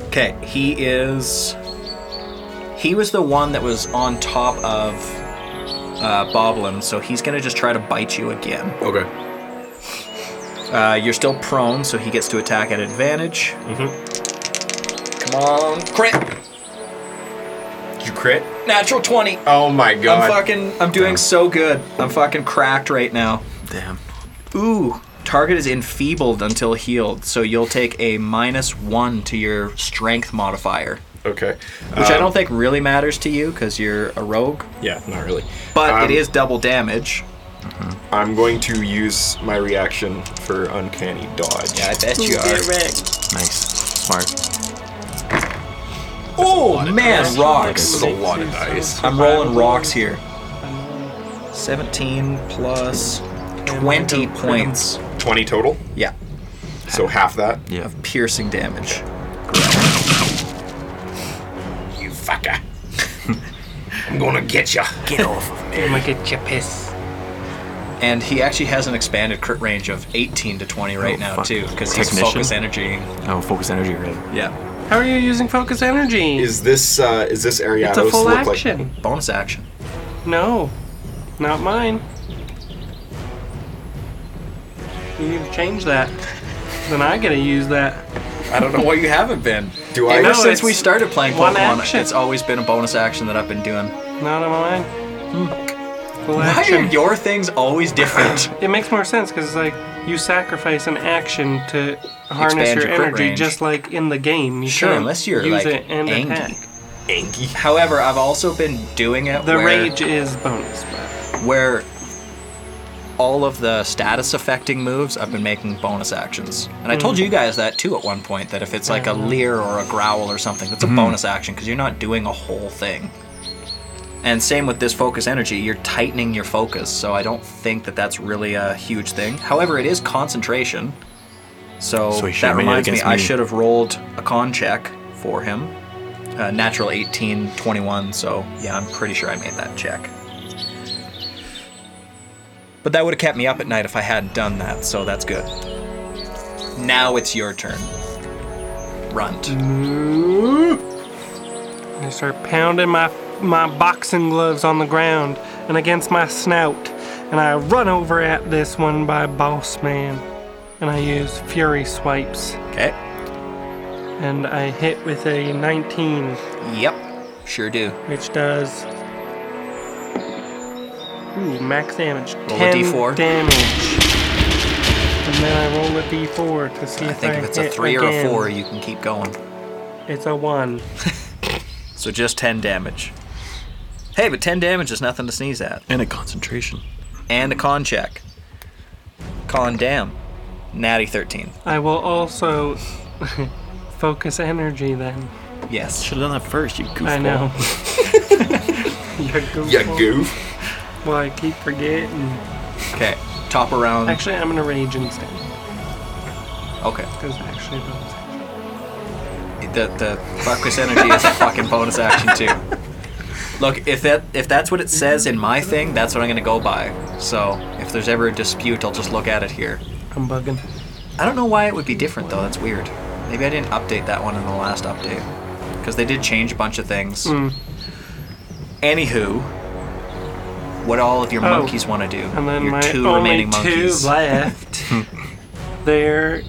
Speaker 1: okay, he is. He was the one that was on top of uh, Boblin, so he's gonna just try to bite you again.
Speaker 3: Okay.
Speaker 1: Uh, you're still prone, so he gets to attack at advantage. Mm-hmm. Come on, crit!
Speaker 8: Did you
Speaker 3: crit?
Speaker 1: Natural 20.
Speaker 3: Oh my god.
Speaker 1: I'm fucking. I'm doing so good. I'm fucking cracked right now.
Speaker 6: Damn.
Speaker 1: Ooh. Target is enfeebled until healed, so you'll take a minus one to your strength modifier,
Speaker 3: Okay.
Speaker 1: which I don't think really matters to you because you're a rogue,
Speaker 3: Yeah, not really.
Speaker 1: but
Speaker 3: Um,
Speaker 1: it is double damage.
Speaker 3: I'm going to use my reaction for uncanny dodge.
Speaker 1: I bet you are.
Speaker 6: Nice. Smart.
Speaker 1: Oh man, rocks.
Speaker 5: a lot of dice.
Speaker 1: I'm rolling rocks here. 17 plus 20 points.
Speaker 3: 20 total,
Speaker 1: Yeah,
Speaker 3: so half that.
Speaker 6: Yeah.
Speaker 1: piercing damage.
Speaker 2: You fucker. I'm gonna get ya.
Speaker 5: I'm gonna get your piss.
Speaker 1: And he actually has an expanded crit range of 18 to 20 right
Speaker 6: Oh,
Speaker 1: now,
Speaker 6: fuck.
Speaker 1: too, because he's
Speaker 6: Technician?
Speaker 1: focus energy.
Speaker 6: Oh, focus energy, right?
Speaker 1: Yeah.
Speaker 5: How are you using focus energy?
Speaker 3: Is this uh, is this Ariados
Speaker 5: it's a full
Speaker 3: look
Speaker 5: action.
Speaker 1: Bonus action.
Speaker 5: No, not mine. You need to change that. Then I gotta use that.
Speaker 1: I don't know why you haven't been.
Speaker 3: like? Do
Speaker 1: Ever
Speaker 3: I?
Speaker 5: No,
Speaker 1: since
Speaker 5: it's
Speaker 1: we started playing
Speaker 5: one
Speaker 1: Pokemon,
Speaker 5: action.
Speaker 1: it's always been a bonus action that I've been doing.
Speaker 5: Not on mine. Full
Speaker 1: Hmm. Why are
Speaker 5: action.
Speaker 1: your things always different?
Speaker 5: It makes more sense because it's like you sacrifice an action to harness
Speaker 1: Expand
Speaker 5: your
Speaker 1: your crit
Speaker 5: energy,
Speaker 1: range.
Speaker 5: just like in the game. You
Speaker 1: Sure,
Speaker 5: can't
Speaker 1: unless you're,
Speaker 5: use
Speaker 1: like,
Speaker 5: it and
Speaker 1: angry.
Speaker 5: attack.
Speaker 1: However, I've also been doing it
Speaker 5: The
Speaker 1: where,
Speaker 5: rage is bonus. but-
Speaker 1: where all of the status affecting moves, I've been making bonus actions. And I told
Speaker 6: Hmm.
Speaker 1: you guys that too at one point that if it's like a leer or a growl or something,
Speaker 6: Hmm.
Speaker 1: that's a bonus action because you're not doing a whole thing. And same with this focus energy, you're tightening your focus, so I don't think that that's really a huge thing. However, it is concentration. So,
Speaker 6: So he should've
Speaker 1: that
Speaker 6: made it
Speaker 1: reminds me,
Speaker 6: against
Speaker 1: I
Speaker 6: me.
Speaker 1: should have rolled a con check for him. Uh, natural 18, 21, so yeah, I'm pretty sure I made that check. But that would have kept me up at night if I hadn't done that, so that's good. Now it's your turn. Runt.
Speaker 5: And I start pounding my my boxing gloves on the ground and against my snout, and I run over at this one by Boss Man, and I use Fury Swipes,
Speaker 1: Okay.
Speaker 5: and I hit with a 19,
Speaker 1: Yep. Sure do.
Speaker 5: which does ooh max damage
Speaker 1: Roll a
Speaker 5: 10
Speaker 1: D4.
Speaker 5: damage. And then I roll a D4 to see
Speaker 1: I
Speaker 5: if
Speaker 1: think if it's a
Speaker 5: hit
Speaker 1: three or a
Speaker 5: again.
Speaker 1: four, you can keep going.
Speaker 5: It's a one.
Speaker 1: So just 10 damage. Hey, but 10 damage is nothing to sneeze at.
Speaker 6: And a concentration.
Speaker 1: And a con check. Con damn. Natty 13.
Speaker 5: I will also focus energy then.
Speaker 1: Yes.
Speaker 6: Should have done that first, you goofball.
Speaker 5: I know. You're
Speaker 3: Yeah,
Speaker 5: goofball.
Speaker 3: goof.
Speaker 5: Well, I keep forgetting.
Speaker 1: Okay. Top around.
Speaker 5: Actually, I'm gonna rage instead.
Speaker 1: Okay.
Speaker 5: Because actually, bonus action.
Speaker 1: The, the focus energy is a fucking bonus action too. Look, if that if that's what it says in my thing, that's what I'm gonna go by. So if there's ever a dispute, I'll just look at it here.
Speaker 5: I'm bugging.
Speaker 1: I don't know why it would be different though. That's weird. Maybe I didn't update that one in the last update because they did change a bunch of things.
Speaker 5: Hmm.
Speaker 1: Anywho, what all of your
Speaker 5: Oh,
Speaker 1: monkeys want to do?
Speaker 5: And then
Speaker 1: your
Speaker 5: my
Speaker 1: two
Speaker 5: only
Speaker 1: remaining
Speaker 5: two
Speaker 1: monkeys.
Speaker 5: left. there.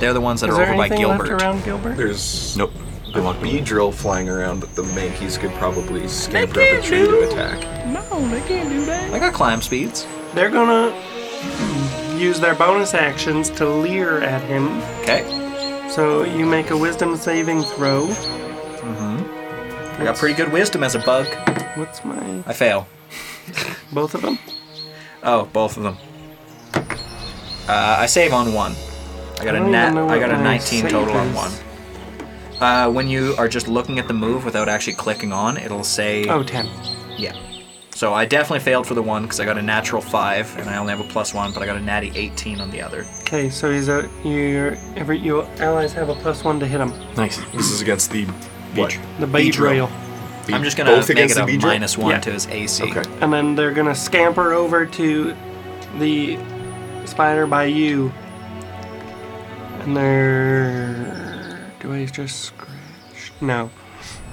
Speaker 1: They're the ones that
Speaker 5: Is
Speaker 1: are
Speaker 5: there
Speaker 1: over by
Speaker 5: anything left
Speaker 1: Gilbert.
Speaker 5: around Gilbert?
Speaker 3: There's
Speaker 6: Nope. I
Speaker 3: a
Speaker 6: walked
Speaker 3: bee
Speaker 6: away.
Speaker 3: drill flying around, but the Mankeys could probably skin perpetrative attack.
Speaker 5: No, they can't do that.
Speaker 1: I got climb speeds.
Speaker 5: They're gonna use their bonus actions to leer at him.
Speaker 1: Okay,
Speaker 5: So you make a wisdom saving throw.
Speaker 1: I got pretty good wisdom as a bug.
Speaker 5: What's my
Speaker 1: I fail.
Speaker 5: both of them?
Speaker 1: Oh, both of them. Uh, I save on one. I got
Speaker 5: I
Speaker 1: a
Speaker 5: don't
Speaker 1: nat.
Speaker 5: even know
Speaker 1: I got
Speaker 5: what
Speaker 1: a
Speaker 5: my
Speaker 1: 19
Speaker 5: save
Speaker 1: total on
Speaker 5: is.
Speaker 1: one. Uh, when you are just looking at the move without actually clicking on, it'll say.
Speaker 5: Oh, 10.
Speaker 1: Yeah. So I definitely failed for the one because I got a natural five, and I only have a plus one, but I got a natty 18 on the other.
Speaker 5: Okay, so he's a your every your allies have a plus one to hit him.
Speaker 6: Nice.
Speaker 3: This is against the what?
Speaker 5: The bead
Speaker 3: drill.
Speaker 5: rail.
Speaker 1: I'm just gonna
Speaker 3: Both
Speaker 1: make it
Speaker 3: against the
Speaker 1: a
Speaker 3: bee drill?
Speaker 1: minus one
Speaker 5: Yeah.
Speaker 1: to his AC.
Speaker 3: Okay.
Speaker 5: and then they're gonna scamper over to the spider by you. And they're. Do I just scratch? No.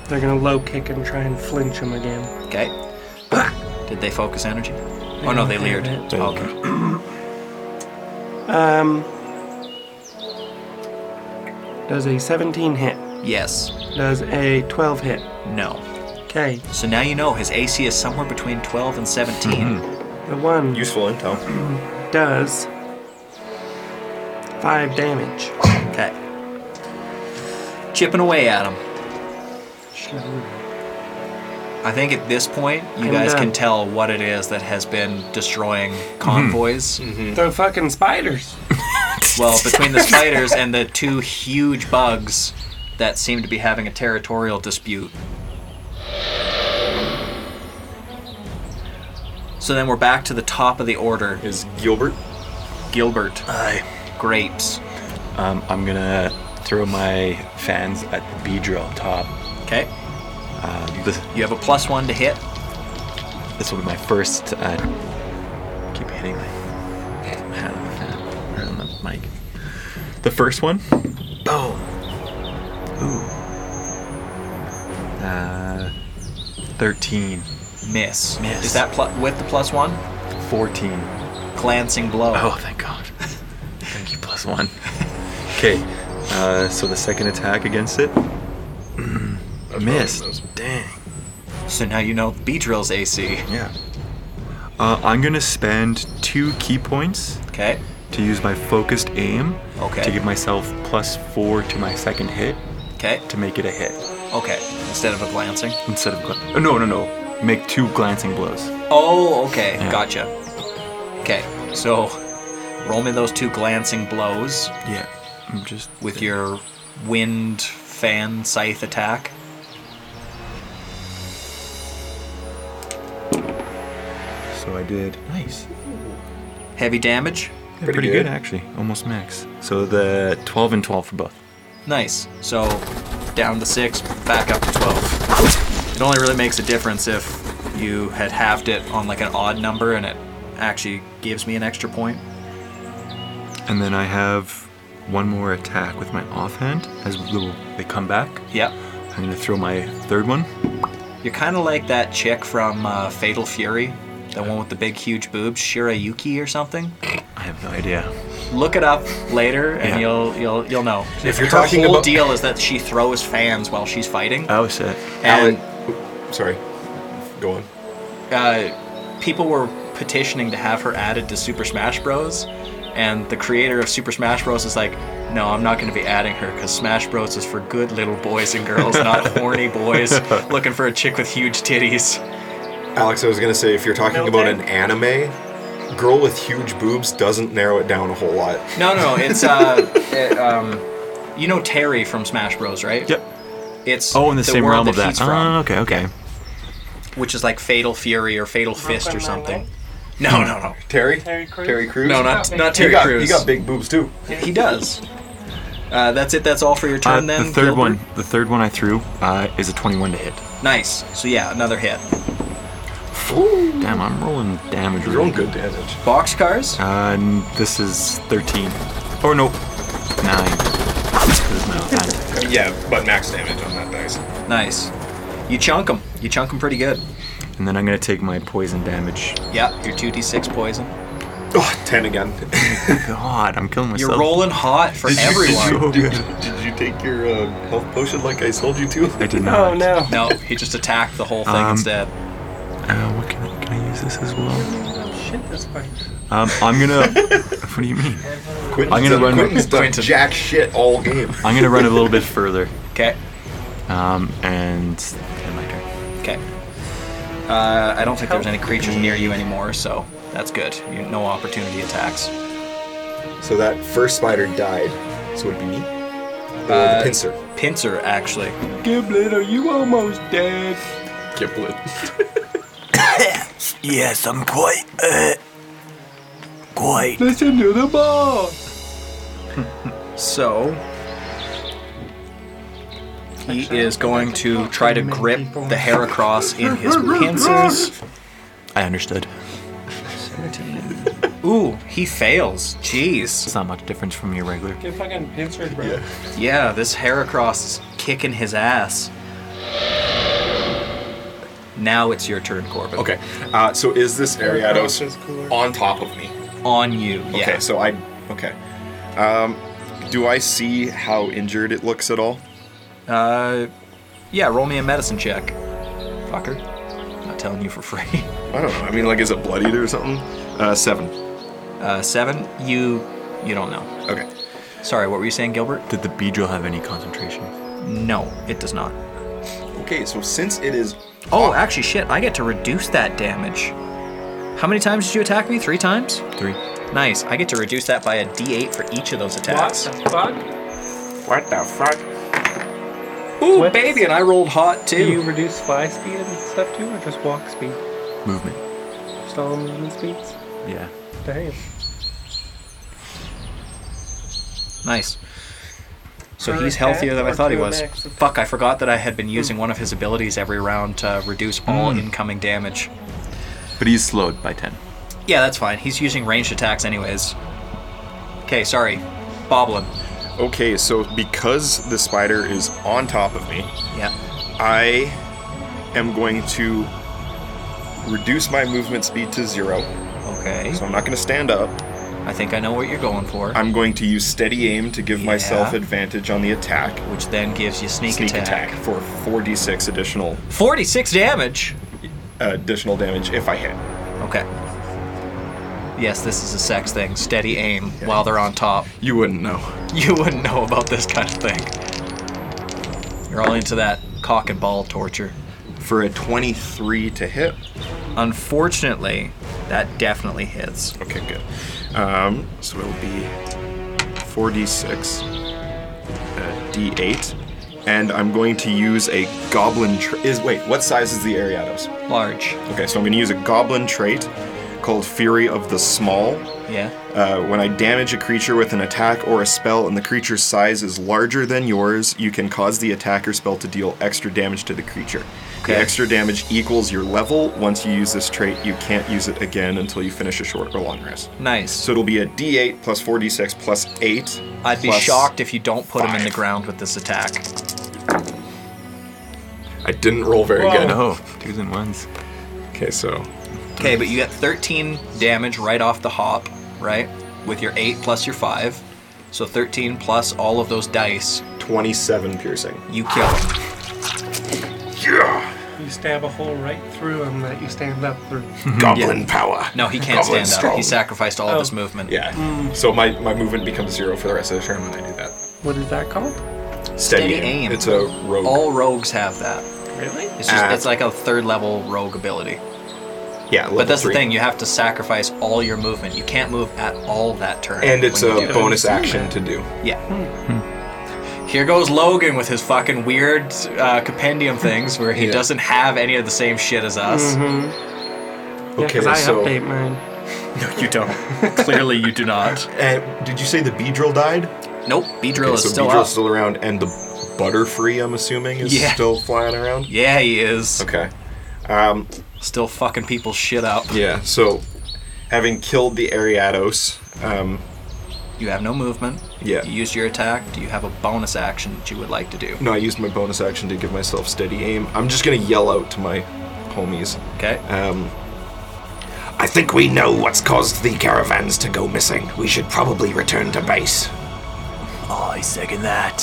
Speaker 5: They're gonna low kick and try and flinch him again.
Speaker 1: Okay. Did they focus energy? oh no,
Speaker 5: don't
Speaker 1: they
Speaker 5: have
Speaker 1: leered.
Speaker 5: it.
Speaker 1: Okay.
Speaker 5: Um. Does a 17 hit?
Speaker 1: Yes.
Speaker 5: Does a 12 hit?
Speaker 1: No.
Speaker 5: Okay,
Speaker 1: So now you know his AC is somewhere between 12 and 17.
Speaker 3: Mm-hmm.
Speaker 5: the one
Speaker 3: Useful intel.
Speaker 5: does five damage.
Speaker 1: Okay. Chipping away at him. I think at this point, you
Speaker 5: I'm
Speaker 1: guys
Speaker 5: done.
Speaker 1: can tell what it is that has been destroying convoys.
Speaker 5: The fucking spiders.
Speaker 1: Well, between the spiders and the two huge bugs that seem to be having a territorial dispute. So then we're back to the top of the order.
Speaker 3: Is Gilbert?
Speaker 1: Gilbert. Grapes.
Speaker 6: Um, I'm gonna throw my fans at the B drill top.
Speaker 1: Okay.
Speaker 6: Uh, this,
Speaker 1: You have a plus one to hit.
Speaker 6: this will be my first. Uh, keep hitting my my hat on the fan or on the mic. The first one. Boom. Ooh. Uh, thirteen.
Speaker 1: Miss.
Speaker 6: Miss.
Speaker 1: Is that pl- with the plus one?
Speaker 6: Fourteen.
Speaker 1: Glancing blow.
Speaker 6: Oh, thank God. Thank you, plus one. Okay, uh, so the second attack against it. Missed. Dang.
Speaker 1: So now you know B drill's AC.
Speaker 6: Yeah. Uh, I'm gonna spend two key points
Speaker 1: Okay.
Speaker 6: to use my focused aim
Speaker 1: Okay.
Speaker 6: to give myself plus four to my second hit
Speaker 1: Okay.
Speaker 6: to make it a hit
Speaker 1: Okay. Instead of a glancing.
Speaker 6: instead of gla- oh, no no no make two glancing blows.
Speaker 1: Oh, okay.
Speaker 6: Yeah.
Speaker 1: Gotcha. Okay. So roll me those two glancing blows
Speaker 6: Yeah. I'm just
Speaker 1: with your wind fan scythe attack.
Speaker 6: so I did nice.
Speaker 1: Heavy damage.
Speaker 6: Pretty, good. actually, almost max. So the 12 and 12 for both.
Speaker 1: Nice. So down to six, back up to 12. It only really makes a difference if you had halved it on like an odd number and it actually gives me an extra point.
Speaker 6: And then I have one more attack with my offhand as little they come back.
Speaker 1: Yep.
Speaker 6: I'm gonna throw my third one.
Speaker 1: You're kind of like that chick from uh, Fatal Fury, the one with the big, huge boobs, Shira Yuki or something.
Speaker 6: I have no idea.
Speaker 1: Look it up later, and
Speaker 6: Yeah.
Speaker 1: you'll you'll you'll know.
Speaker 3: If you're
Speaker 1: Her
Speaker 3: talking
Speaker 1: whole
Speaker 3: about- Uh,
Speaker 1: deal is that she throws fans while she's fighting,
Speaker 6: Oh shit.
Speaker 1: and
Speaker 3: Sorry. Go on.
Speaker 1: uh, people were petitioning to have her added to Super Smash Bros. And the creator of Super Smash Bros. is like, no, I'm not going to be adding her because Smash Bros. is for good little boys and girls, not horny boys looking for a chick with huge titties.
Speaker 3: Alex, I was gonna say if you're talking
Speaker 5: No
Speaker 3: about an
Speaker 5: thanks.
Speaker 3: anime, girl with huge boobs doesn't narrow it down a whole lot.
Speaker 1: No, no, it's uh, eh, um, you know Terry from Smash Bros, right?
Speaker 6: Yep.
Speaker 1: It's
Speaker 6: Oh, in the, same
Speaker 1: world
Speaker 6: realm of that.
Speaker 1: he's from,
Speaker 6: Ah, okay, okay.
Speaker 1: which is like Fatal Fury or Fatal Fist or
Speaker 5: Rock on my
Speaker 1: something.
Speaker 5: leg.
Speaker 1: No, no, no,
Speaker 9: Terry?
Speaker 5: Terry Crews.
Speaker 9: Terry Crews?
Speaker 1: no, not
Speaker 5: Big
Speaker 1: not
Speaker 9: You
Speaker 1: Terry
Speaker 9: got,
Speaker 1: Crews.
Speaker 9: you got big boobs too.
Speaker 1: He does. Uh, that's it. That's all for your
Speaker 6: Uh,
Speaker 1: turn. then
Speaker 6: the third
Speaker 1: Gilbert?
Speaker 6: one, the third one I threw uh, is a 21 to hit.
Speaker 1: Nice. So yeah, another hit.
Speaker 6: Damn, I'm rolling damage.
Speaker 9: You're doing good damage.
Speaker 1: Boxcars.
Speaker 6: Uh, n- this is 13. Or no, nine. This is my offhand.
Speaker 8: Yeah, but max damage on that dice.
Speaker 1: Nice. You chunk them. You chunk them pretty good.
Speaker 6: and then I'm gonna take my poison damage.
Speaker 1: Yeah, your 2d6 poison.
Speaker 3: Oh, 10 again.
Speaker 6: God, I'm killing myself.
Speaker 1: You're rolling hot for everyone.
Speaker 6: So
Speaker 9: Did,
Speaker 6: good.
Speaker 9: did you take your uh, health potion like I sold you to?
Speaker 6: I did not.
Speaker 5: Oh no.
Speaker 1: No, he just attacked the whole thing
Speaker 6: Um,
Speaker 1: instead.
Speaker 6: Uh, what can I, can I use this as well?
Speaker 5: Shit, that's fine.
Speaker 6: Um, I'm gonna. what do you mean?
Speaker 9: Quentin's
Speaker 6: I'm gonna
Speaker 9: done-
Speaker 6: run-
Speaker 9: Quentin's done
Speaker 1: Quentin.
Speaker 9: jack shit all game.
Speaker 6: I'm gonna run a little bit further.
Speaker 1: Okay.
Speaker 6: Um, and then my turn.
Speaker 1: Okay. Uh, I don't think there's any creatures near you anymore, so that's good. You, no opportunity attacks.
Speaker 3: so that first spider died. So it'd be me. Or
Speaker 1: Uh,
Speaker 3: the pincer.
Speaker 1: Pincer, actually.
Speaker 6: Giblet, are you almost dead?
Speaker 3: Giblet.
Speaker 4: Yes, I'm quite. Uh, quite.
Speaker 6: Listen to the boss.
Speaker 1: So. He is going to try to grip the Heracross in his pincers.
Speaker 6: I understood.
Speaker 1: Ooh, he fails. Jeez.
Speaker 6: It's not much difference from your regular.
Speaker 5: Get fucking pincered, bro.
Speaker 1: Yeah, this Heracross is kicking his ass. Now it's your turn, Corbin.
Speaker 8: Okay, uh, so is this
Speaker 5: Cross is
Speaker 8: Ariados
Speaker 5: cooler.
Speaker 8: on top of me?
Speaker 1: On you. Yeah.
Speaker 8: Okay, so I. Okay. Um, do I see how injured it looks at all?
Speaker 1: Uh, yeah, roll me a medicine check. fucker. Not telling you for free.
Speaker 3: I don't know. I mean, like, is it Blood Eater or something? Uh, seven.
Speaker 1: Uh, seven, you you don't know.
Speaker 3: Okay.
Speaker 1: Sorry, what were you saying, Gilbert?
Speaker 6: Did the Beedrill have any concentration?
Speaker 1: No, it does not.
Speaker 3: Okay, so since it is.
Speaker 1: Oh, actually, shit, I get to reduce that damage. How many times did you attack me? Three times?
Speaker 6: Three.
Speaker 1: Nice. I get to reduce that by a d8 for each of those
Speaker 10: What
Speaker 1: attacks.
Speaker 10: the fuck?
Speaker 2: What the fuck?
Speaker 1: Ooh,
Speaker 5: What's-
Speaker 1: baby, and I rolled hot
Speaker 5: Do you
Speaker 1: too.
Speaker 5: reduce fly speed and stuff too, or just walk speed?
Speaker 6: Movement.
Speaker 5: Just all movement speeds?
Speaker 6: Yeah.
Speaker 5: Damn.
Speaker 1: Nice. So
Speaker 5: Per
Speaker 1: he's healthier
Speaker 5: attack
Speaker 1: than I
Speaker 5: or
Speaker 1: thought he
Speaker 5: to
Speaker 1: was.
Speaker 5: an axe attack?
Speaker 1: Fuck, I forgot that I had been using one of his abilities every round to reduce
Speaker 3: Hmm.
Speaker 1: all incoming damage.
Speaker 6: But he's slowed by 10.
Speaker 1: Yeah, that's fine. He's using ranged attacks anyways. Okay, sorry. Boblin.
Speaker 3: Okay, so because the spider is on top of me,
Speaker 1: Yeah.
Speaker 3: I am going to reduce my movement speed to zero.
Speaker 1: Okay.
Speaker 3: So I'm not going to stand up.
Speaker 1: I think I know what you're going for.
Speaker 3: I'm going to use steady aim to give myself
Speaker 1: Yeah.
Speaker 3: advantage on the attack.
Speaker 1: Which then gives you sneak,
Speaker 3: Sneak attack, for 4d6 additional
Speaker 1: 46 damage!
Speaker 3: uh, additional damage if I hit.
Speaker 1: Okay. Yes, this is a sex thing. Steady aim while they're on top.
Speaker 3: You wouldn't know.
Speaker 1: You wouldn't know about this kind of thing. You're all into that cock and ball torture.
Speaker 3: For a 23 to hit.
Speaker 1: Unfortunately, that definitely hits.
Speaker 3: Okay, good. Um, so it'll be 4d6, uh, d8, and I'm going to use a goblin trait. Is wait, what size is the Ariados?
Speaker 1: Large.
Speaker 3: Okay, so I'm going to use a goblin trait called Fury of the Small.
Speaker 1: Yeah.
Speaker 3: Uh, when I damage a creature with an attack or a spell, and the creature's size is larger than yours, you can cause the attack or spell to deal extra damage to the creature.
Speaker 1: Okay.
Speaker 3: The extra damage equals your level. Once you use this trait, you can't use it again until you finish a short or long rest.
Speaker 1: Nice.
Speaker 3: So it'll be a d8 plus 4d6 plus 8.
Speaker 1: I'd be
Speaker 3: plus-
Speaker 1: shocked if you don't put him in the
Speaker 3: five.
Speaker 1: ground with this attack.
Speaker 11: I didn't roll very
Speaker 5: Whoa.
Speaker 11: good.
Speaker 6: No, twos and ones.
Speaker 11: Okay, so
Speaker 1: Okay, but you get 13 damage right off the hop, right? With your 8 plus your 5. So 13 plus all of those dice,
Speaker 11: 27 piercing.
Speaker 1: you kill him.
Speaker 5: You stab a hole right through him that you stand up through.
Speaker 2: Goblin power.
Speaker 1: No, he can't
Speaker 2: Goblin
Speaker 1: stand up.
Speaker 2: strong.
Speaker 1: He sacrificed all of
Speaker 5: Oh.
Speaker 1: his movement.
Speaker 11: Yeah. So my, my movement becomes zero for the rest of the turn when I do that.
Speaker 5: What is that called?
Speaker 1: Steady aim.
Speaker 11: It's a rogue.
Speaker 1: All rogues have that.
Speaker 5: Really?
Speaker 1: It's just
Speaker 11: Ah.
Speaker 1: it's like a third level rogue ability.
Speaker 11: yeah, level
Speaker 1: But that's
Speaker 11: three.
Speaker 1: the thing, you have to sacrifice all your movement. You can't move at all that turn.
Speaker 11: And it's
Speaker 1: when
Speaker 11: a
Speaker 1: you do it.
Speaker 11: bonus action to do.
Speaker 1: Yeah. Hmm. Here goes Logan with his fucking weird uh, compendium things where he
Speaker 11: Yeah. Mm-hmm.
Speaker 1: doesn't have any of the same shit as us.
Speaker 11: Okay,
Speaker 5: I
Speaker 11: so
Speaker 5: update mine.
Speaker 1: You don't. Clearly, you do not.
Speaker 11: and did you say the bee drill died?
Speaker 1: Nope, Beedrill
Speaker 11: okay,
Speaker 1: is
Speaker 11: so
Speaker 1: still
Speaker 11: Beedrill's
Speaker 1: up.
Speaker 11: still around, and the Butterfree, I'm assuming, is
Speaker 1: Yeah.
Speaker 11: still flying around.
Speaker 1: yeah, he is.
Speaker 11: Okay. Um,
Speaker 1: Still fucking people's shit up.
Speaker 11: yeah. So, having killed the Ariados, um,
Speaker 1: You have no movement.
Speaker 11: Yeah.
Speaker 1: You used your attack. Do you have a bonus action that you would like to do?
Speaker 11: no, I used my bonus action to give myself steady aim. I'm just gonna yell out to my homies.
Speaker 1: Okay.
Speaker 11: Um,
Speaker 2: I think we know what's caused the caravans to go missing. We should probably return to base.
Speaker 12: I second that.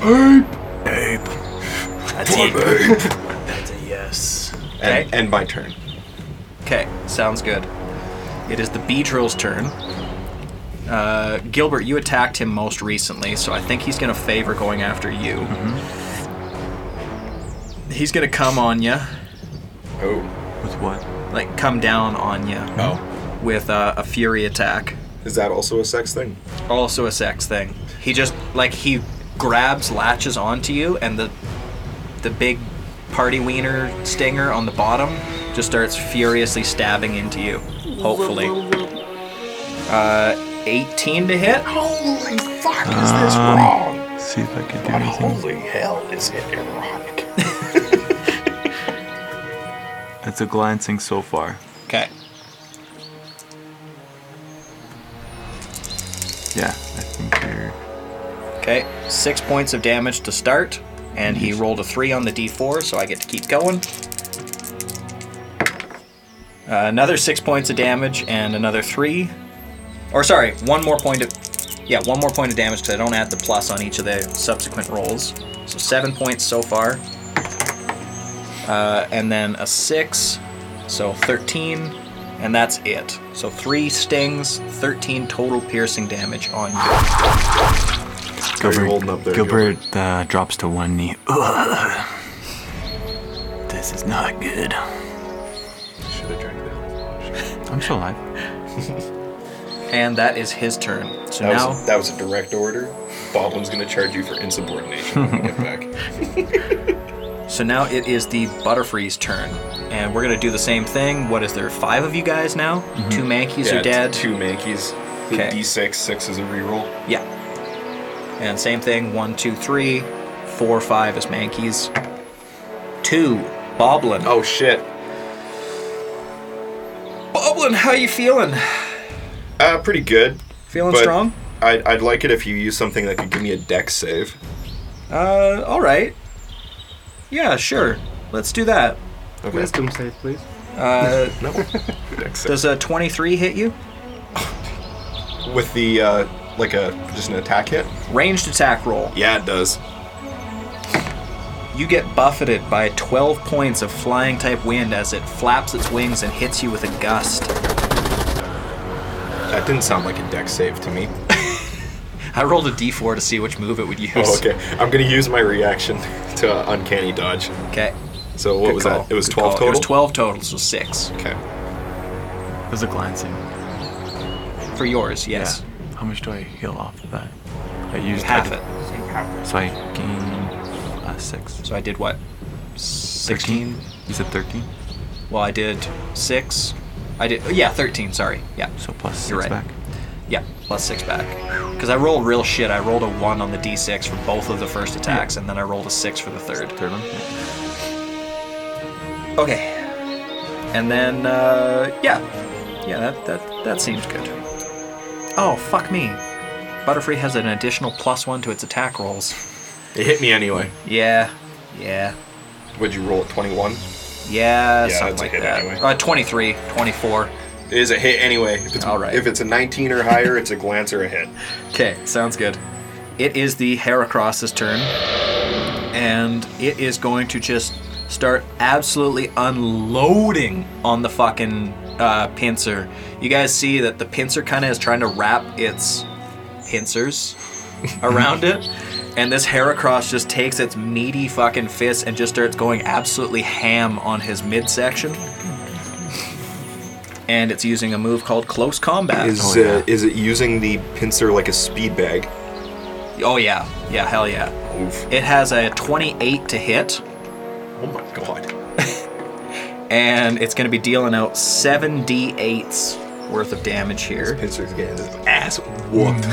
Speaker 12: Ape. Ape. That's it. That's a yes.
Speaker 11: and
Speaker 1: Okay.
Speaker 11: end my turn.
Speaker 1: Okay, sounds good. It is the Beedrill's turn. Uh, Gilbert, you attacked him most recently, so I think he's going to favor going after you.
Speaker 11: Mm-hmm.
Speaker 1: He's going to come on you,
Speaker 11: Oh,
Speaker 6: With what?
Speaker 1: like come down on you
Speaker 11: oh,
Speaker 1: with uh, a fury attack.
Speaker 11: is that also a sex thing?
Speaker 1: Also a sex thing. He just like he grabs, latches onto you, and the the big party wiener stinger on the bottom just starts furiously stabbing into you. Hopefully. Uh, 18 to hit.
Speaker 2: Holy fuck, is this
Speaker 1: Um,
Speaker 2: wrong?
Speaker 6: See if I can do
Speaker 2: But
Speaker 6: anything.
Speaker 2: holy hell, is it erotic?
Speaker 6: That's a glancing so far.
Speaker 1: Okay.
Speaker 6: Yeah, I think you're.
Speaker 1: Okay. Six points of damage to start, and he rolled a three on the d4, so I get to keep going. Uh, another six points of damage, and another three. Or sorry, one more point of. Yeah, one more point of damage because I don't add the plus on each of the subsequent rolls. So seven points so far. uh, and then a six, so 13, and that's it. So three stings, 13 total piercing damage on you.
Speaker 3: Gilbert, holding up there.
Speaker 4: Gilbert uh, drops to one knee. Ugh. This is not good.
Speaker 6: Should have drank that.
Speaker 4: I'm still alive.
Speaker 1: And that is his turn. So
Speaker 3: That,
Speaker 1: now,
Speaker 3: was, that was a direct order. Boblin's gonna charge you for insubordination when we get back.
Speaker 1: so now it is the Butterfree's turn, and we're gonna do the same thing. What is there? Five of you guys now. Two Mankeys
Speaker 3: Mm-hmm. Yeah,
Speaker 1: are dead.
Speaker 3: Two Mankeys.
Speaker 1: Okay.
Speaker 3: D6, six is a reroll.
Speaker 1: Yeah. And same thing, one, two, three, four, five is Mankeys. Two, Boblin.
Speaker 3: Oh shit.
Speaker 1: Boblin, how you feeling?
Speaker 3: Uh, pretty good.
Speaker 1: Feeling
Speaker 3: But-
Speaker 1: strong?
Speaker 3: I'd, I'd like it if you use something that could give me a deck save.
Speaker 1: Uh, all right. Yeah, sure. Let's do that.
Speaker 5: Wisdom save, please.
Speaker 1: Uh,
Speaker 3: Deck save.
Speaker 1: does a 23 hit you?
Speaker 3: With the, uh, like a, just an attack hit?
Speaker 1: Ranged attack roll.
Speaker 3: Yeah, it does.
Speaker 1: You get buffeted by 12 points of flying type wind as it flaps its wings and hits you with a gust.
Speaker 3: That didn't sound like a deck save to me.
Speaker 1: I rolled a d4 to see which move it would use.
Speaker 3: Oh, okay. I'm gonna use my reaction to uh, uncanny dodge.
Speaker 1: Okay.
Speaker 3: So what
Speaker 1: Good
Speaker 3: was
Speaker 1: call.
Speaker 3: that? It was
Speaker 1: Good
Speaker 3: 12
Speaker 1: call.
Speaker 3: total?
Speaker 1: It was 12 total, so 6.
Speaker 3: Okay.
Speaker 4: It was a glancing.
Speaker 1: For yours, yes.
Speaker 4: Yeah. How much do I heal off of that? I used
Speaker 1: Half
Speaker 4: I
Speaker 1: it.
Speaker 4: did-
Speaker 7: So you have
Speaker 4: So I gain uh, six.
Speaker 1: So I did what? 16?
Speaker 4: 13? You said thirteen.
Speaker 1: Well, I did 6. I did, yeah, 13, sorry. Yeah.
Speaker 4: So plus
Speaker 1: You're
Speaker 4: 6
Speaker 1: right.
Speaker 4: back.
Speaker 1: Yeah, plus six back. Because I roll real shit. I rolled a one on the d6 for both of the first attacks, and then I rolled a six for the third.
Speaker 4: Third one. Yeah.
Speaker 1: Okay. And then, uh, yeah. Yeah, that, that, that seems good. Oh, fuck me. Butterfree has an additional plus one to its attack rolls.
Speaker 3: It hit me anyway.
Speaker 1: Yeah, yeah,
Speaker 3: Would you roll at 21?
Speaker 1: yeah, something
Speaker 3: that's a
Speaker 1: like
Speaker 3: hit
Speaker 1: that.
Speaker 3: anyway.
Speaker 1: Uh, 23, 24.
Speaker 3: It is a hit anyway. If it's,
Speaker 1: All right.
Speaker 3: If it's a 19 or higher, it's a glance or a hit.
Speaker 1: Okay, sounds good. It is the Heracross's turn, and it is going to just start absolutely unloading on the fucking uh, pincer. You guys see that the pincer kind of is trying to wrap its pincers around it, and this Heracross just takes its meaty fucking fist and just starts going absolutely ham on his midsection. And it's using a move called close combat.
Speaker 3: Is,
Speaker 4: Oh, yeah.
Speaker 3: uh, is it using the pincer like a speed bag?
Speaker 1: Oh yeah, yeah, hell yeah.
Speaker 3: Oof.
Speaker 1: It has a 28 to hit,
Speaker 3: Oh my god.
Speaker 1: and it's gonna be dealing out seven d8s worth of damage here.
Speaker 3: Pincer's getting his ass whooped.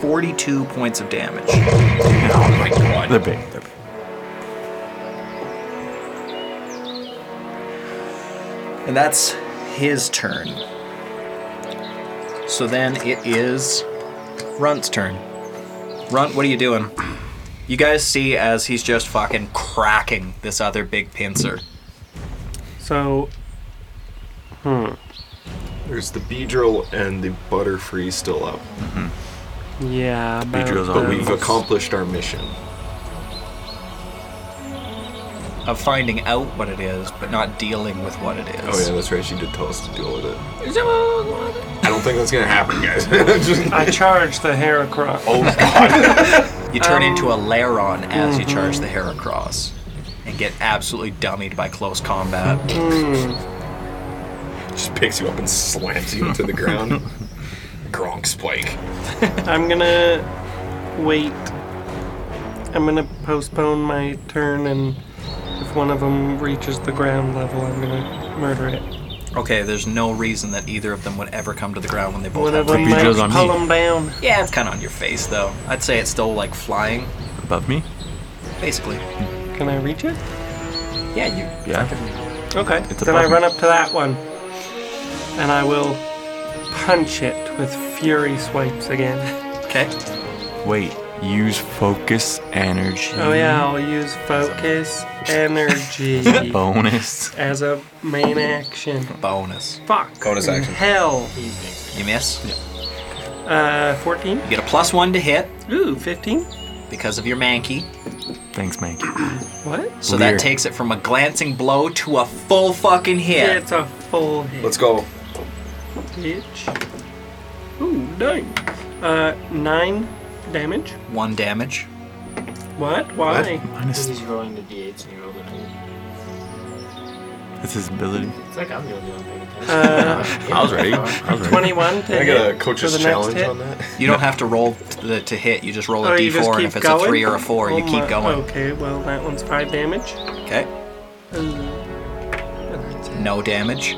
Speaker 1: 42 points of damage.
Speaker 3: Oh my god.
Speaker 4: They're big. They're big.
Speaker 1: And that's his turn. So then it is Runt's turn. Runt, what are you doing? You guys see as he's just fucking cracking this other big pincer.
Speaker 5: So,
Speaker 3: There's the Beedrill and the Butterfree still up.
Speaker 5: yeah. About,
Speaker 4: Beedrill's
Speaker 5: uh,
Speaker 4: on
Speaker 3: But we've
Speaker 4: Nice.
Speaker 3: accomplished our mission.
Speaker 1: Of finding out what it is, but not dealing with what it is.
Speaker 3: Oh yeah, that's right. She did tell us to deal with it. I don't think that's gonna happen, guys. Just-
Speaker 5: I charge the Heracross.
Speaker 1: You turn into a Laron as you charge the Heracross and get absolutely dummied by close combat.
Speaker 3: just picks you up and slams you into the ground. Gronk spike.
Speaker 5: I'm gonna wait. I'm gonna postpone my turn, and if one of them reaches the ground level, I'm gonna murder it.
Speaker 1: Okay, there's no reason that either of them would ever come to the ground when they both
Speaker 5: One of
Speaker 1: have.
Speaker 5: them
Speaker 4: be
Speaker 5: might
Speaker 4: just on
Speaker 5: pull
Speaker 4: me.
Speaker 5: them down.
Speaker 1: Yeah, it's kind of on your face though. I'd say it's still like flying,
Speaker 4: Above me?
Speaker 1: basically.
Speaker 5: Can I reach it?
Speaker 1: Yeah, you.
Speaker 4: Yeah.
Speaker 5: Okay.
Speaker 4: It's
Speaker 5: then I
Speaker 4: above me.
Speaker 5: run up to that one, and I will punch it with fury swipes again.
Speaker 1: Okay.
Speaker 4: Wait. Use focus energy.
Speaker 5: Oh yeah,
Speaker 3: Mm-hmm.
Speaker 5: I'll use focus energy
Speaker 4: Bonus.
Speaker 5: as a main action.
Speaker 1: Bonus.
Speaker 5: Fuck.
Speaker 3: Bonus action.
Speaker 5: Hell.
Speaker 1: You miss.
Speaker 5: Uh, 14.
Speaker 1: You get a plus one to hit
Speaker 5: Ooh, 15.
Speaker 1: because of your manky.
Speaker 6: Thanks, Mike.
Speaker 5: What?
Speaker 1: So
Speaker 6: Weird.
Speaker 1: that takes it from a glancing blow to a full fucking hit.
Speaker 5: It's a full hit.
Speaker 3: Let's go.
Speaker 5: Bitch. Ooh, nine. Uh, nine damage.
Speaker 1: One damage.
Speaker 5: What? Why?
Speaker 6: Minus
Speaker 7: He's rolling the d8s and he rolled a two.
Speaker 6: that's his ability.
Speaker 7: It's like I'm the only one paying attention.
Speaker 5: Uh,
Speaker 6: I was ready. I was ready.
Speaker 5: 21 to
Speaker 3: I
Speaker 5: hit
Speaker 3: got a
Speaker 5: for
Speaker 3: coach's
Speaker 5: the
Speaker 3: challenge
Speaker 5: next hit.
Speaker 3: on that.
Speaker 1: You don't have to roll to, the, to hit. You just roll a
Speaker 5: Oh, you just
Speaker 1: d4, and
Speaker 5: keep
Speaker 1: if it's
Speaker 5: going?
Speaker 1: a three or a four, you
Speaker 5: Oh
Speaker 1: keep
Speaker 5: my- oh.
Speaker 1: going.
Speaker 5: Okay, well, that one's five damage.
Speaker 1: Okay. No damage.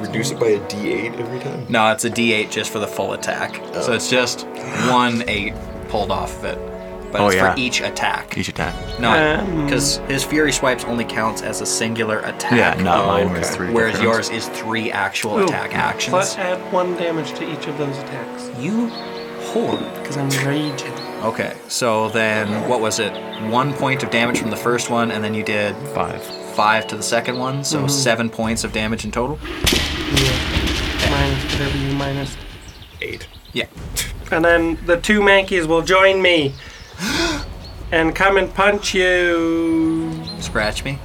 Speaker 3: Reduce it by a D8 every time.
Speaker 1: No, it's a d8 just for the full attack. So it's just one eight pulled off of it, but
Speaker 6: Oh,
Speaker 1: it's
Speaker 6: yeah.
Speaker 1: for each attack.
Speaker 6: Each attack.
Speaker 1: Not
Speaker 5: Um,
Speaker 1: because his fury swipes only counts as a singular
Speaker 6: Yeah,
Speaker 1: attack. Oh,
Speaker 6: not mine was three.
Speaker 1: Whereas
Speaker 6: different.
Speaker 1: yours is three actual
Speaker 5: Ooh.
Speaker 1: attack actions.
Speaker 5: Plus, add one damage to each of those attacks.
Speaker 1: You whore.
Speaker 5: Because I'm raging.
Speaker 1: Okay, so then what was it? One point of damage from the first one, and then you did
Speaker 6: Five.
Speaker 1: five to the second one, so
Speaker 5: Mm-hmm.
Speaker 1: seven points of damage in total.
Speaker 5: Yeah. Minus whatever you minus.
Speaker 3: Eight.
Speaker 1: Yeah.
Speaker 5: And then the two mankeys will join me and come and punch you.
Speaker 1: Scratch me.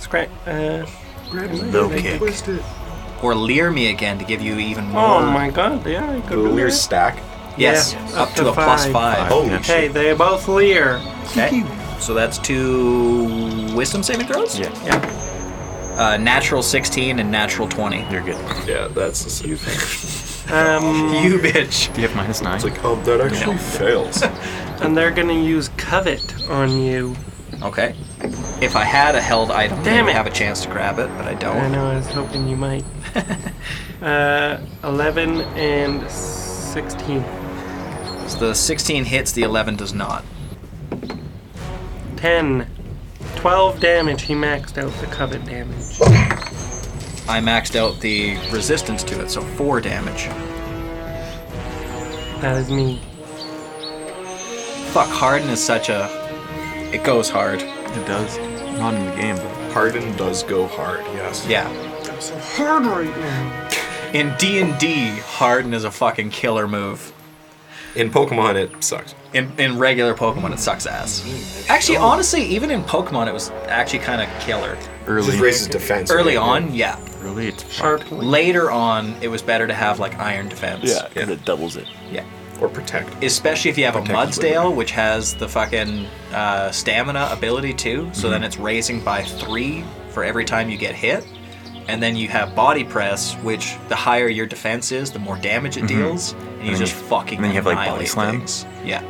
Speaker 5: Scratch. Uh,
Speaker 4: Low kick.
Speaker 1: Or leer me again to give you even more.
Speaker 5: oh my god, yeah, I could
Speaker 3: Lear
Speaker 5: leer.
Speaker 3: stack.
Speaker 1: Yes,
Speaker 5: Yes,
Speaker 1: up,
Speaker 5: up
Speaker 1: to,
Speaker 5: to
Speaker 1: a plus
Speaker 5: five.
Speaker 1: five.
Speaker 3: Holy
Speaker 6: yeah.
Speaker 5: Okay, they both leer.
Speaker 1: Okay. So that's two wisdom saving throws?
Speaker 6: Yes.
Speaker 5: Yeah.
Speaker 1: Uh, natural 16 and natural 20.
Speaker 6: You're good. Do
Speaker 3: Yeah, that's the same thing.
Speaker 5: Um,
Speaker 1: You bitch.
Speaker 6: you have minus nine?
Speaker 3: Like, oh, that actually fails.
Speaker 5: and they're gonna use covet on you.
Speaker 1: Okay. If I had a held item,
Speaker 5: Damn
Speaker 1: then I
Speaker 5: it.
Speaker 1: have a chance to grab it, but I don't.
Speaker 5: I know, I was hoping you might. uh, 11 and 16.
Speaker 1: So the 16 hits, the 11 does not.
Speaker 5: 10. 12 damage. He maxed out the covet damage.
Speaker 1: I maxed out the resistance to it, so four damage.
Speaker 5: That is me.
Speaker 1: Fuck, Harden is such a. It goes hard.
Speaker 6: It does. Not in the game, but
Speaker 3: Harden does go hard, yes.
Speaker 1: Yeah.
Speaker 5: I'm so hard right now.
Speaker 1: In D and D, Harden is a fucking killer move.
Speaker 3: In Pokemon, it sucked.
Speaker 1: In, in regular Pokemon, it sucks ass. Actually,
Speaker 5: Oh.
Speaker 1: honestly, even in Pokemon, it was actually kind of killer.
Speaker 3: Just
Speaker 6: early,
Speaker 3: raises defense.
Speaker 1: Early
Speaker 3: right?
Speaker 1: on, yeah.
Speaker 6: early it's
Speaker 5: Sharp.
Speaker 1: Later on, it was better to have like Iron Defense.
Speaker 6: Yeah, because it doubles it.
Speaker 1: Yeah.
Speaker 3: Or protect.
Speaker 1: Especially if you have a Mudsdale, which has the fucking uh, stamina ability too.
Speaker 6: Mm-hmm.
Speaker 1: So then it's raising by three for every time you get hit. And then you have Body Press, which the higher your defense is, the more damage it deals. And you
Speaker 6: then
Speaker 1: just
Speaker 6: you-
Speaker 1: fucking
Speaker 6: Mm-hmm. and then you have, like, Body
Speaker 1: annihilate
Speaker 6: Slam?
Speaker 1: things. Yeah.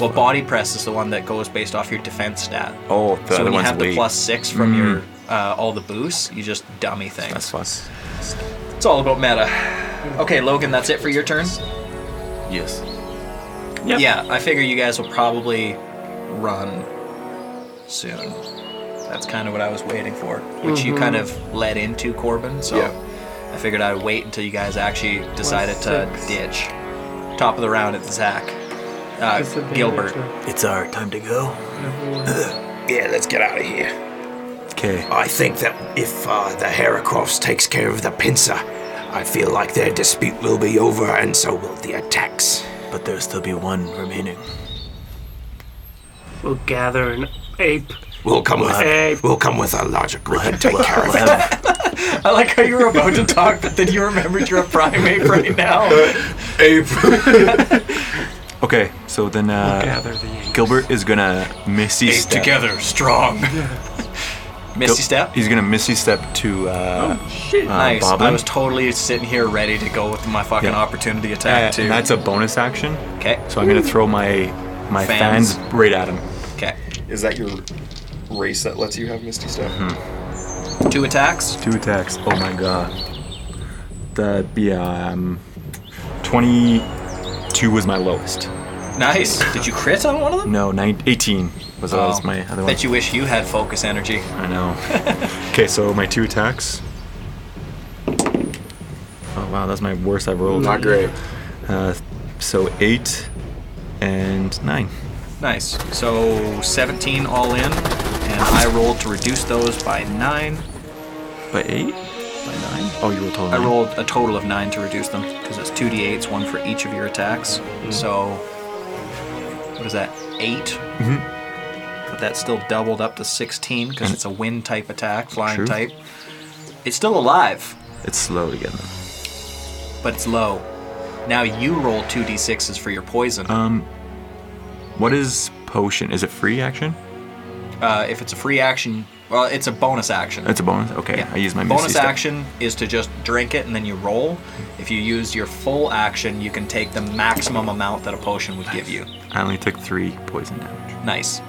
Speaker 1: Well, Body Press is the one that goes based off your defense stat.
Speaker 6: Oh, the
Speaker 1: so
Speaker 6: other
Speaker 1: when you
Speaker 6: one's
Speaker 1: have the
Speaker 6: weak.
Speaker 1: plus six from your uh, all the boosts, you just dummy things.
Speaker 6: That's plus.
Speaker 1: It's all about meta. Okay, Logan, that's it for your turn.
Speaker 6: Yes.
Speaker 5: Yep.
Speaker 1: Yeah, I figure you guys will probably run soon. That's kind of what I was waiting for, which you kind
Speaker 5: Mm-hmm.
Speaker 1: of led into Corbin. So
Speaker 3: Yeah.
Speaker 1: I figured I'd wait until you guys actually decided to
Speaker 5: six.
Speaker 1: ditch. Top of the round, it's Zach, uh,
Speaker 5: Disadvantage
Speaker 1: Gilbert.
Speaker 5: of
Speaker 4: It's our time to go.
Speaker 5: everyone.
Speaker 2: Yeah, let's get out of here.
Speaker 6: Okay.
Speaker 2: I think that if uh, the Heracross takes care of the pincer, I feel like their dispute will be over, and so will the attacks.
Speaker 4: But there'll still be one remaining.
Speaker 5: We'll gather an ape.
Speaker 2: We'll come with
Speaker 5: Hey.
Speaker 2: we'll come with a larger group and take care of
Speaker 4: We'll
Speaker 2: it.
Speaker 4: have,
Speaker 1: I like how you were about to talk, but then you remembered you're a primate right now.
Speaker 6: Okay. So then, uh,
Speaker 5: Gather the ape.
Speaker 6: Gilbert is gonna missy step.
Speaker 1: Together, strong. Misty
Speaker 6: Gil-
Speaker 1: step.
Speaker 6: He's gonna missy step to. Uh,
Speaker 5: Shit.
Speaker 6: uh,
Speaker 1: Nice.
Speaker 6: Boblin.
Speaker 1: I was totally sitting here ready to go with my fucking
Speaker 6: Yeah.
Speaker 1: opportunity
Speaker 6: Uh,
Speaker 1: attack too.
Speaker 6: and that's a bonus action.
Speaker 1: okay.
Speaker 6: So I'm gonna throw my my
Speaker 1: Fans.
Speaker 6: fans, right at him.
Speaker 1: Okay.
Speaker 3: Is that your race that lets you have Misty Step?
Speaker 6: Mm-hmm.
Speaker 1: Two attacks.
Speaker 6: Two attacks. Oh my god. That'd be um, twenty-two was my lowest.
Speaker 1: Nice. Did you crit on one of them? Oh.
Speaker 6: No, nine, 18 was, was my other one.
Speaker 1: Bet you wish you had focus energy.
Speaker 6: I know. okay, so my two attacks. Oh wow, that's my worst I've rolled.
Speaker 3: Not great.
Speaker 6: Uh, so eight and nine.
Speaker 1: Nice. So 17 all in, and I rolled to reduce those by nine.
Speaker 6: By eight? By nine? Oh, you rolled total.
Speaker 1: I
Speaker 6: nine.
Speaker 1: rolled a total of nine to reduce
Speaker 6: Mm-hmm.
Speaker 1: them because it's two d8s, one for each of your attacks. So what is that? 8
Speaker 6: Mm-hmm.
Speaker 1: but that's still doubled up to sixteen because it's a wind type attack, flying
Speaker 6: True.
Speaker 1: type. It's still alive,
Speaker 6: It's slow to get them.
Speaker 1: but it's low. Now you roll two d6s for your poison.
Speaker 6: Uh. What is potion? Is it free action?
Speaker 1: uh, if it's a free action, well, it's a bonus action.
Speaker 6: That's a bonus. Okay, I use my
Speaker 1: bonus
Speaker 6: Misty Step.
Speaker 1: action is to just drink it and then you roll. If you use your full action, you can take the maximum amount that a potion would give you.
Speaker 6: I only took three poison damage.
Speaker 1: Nice.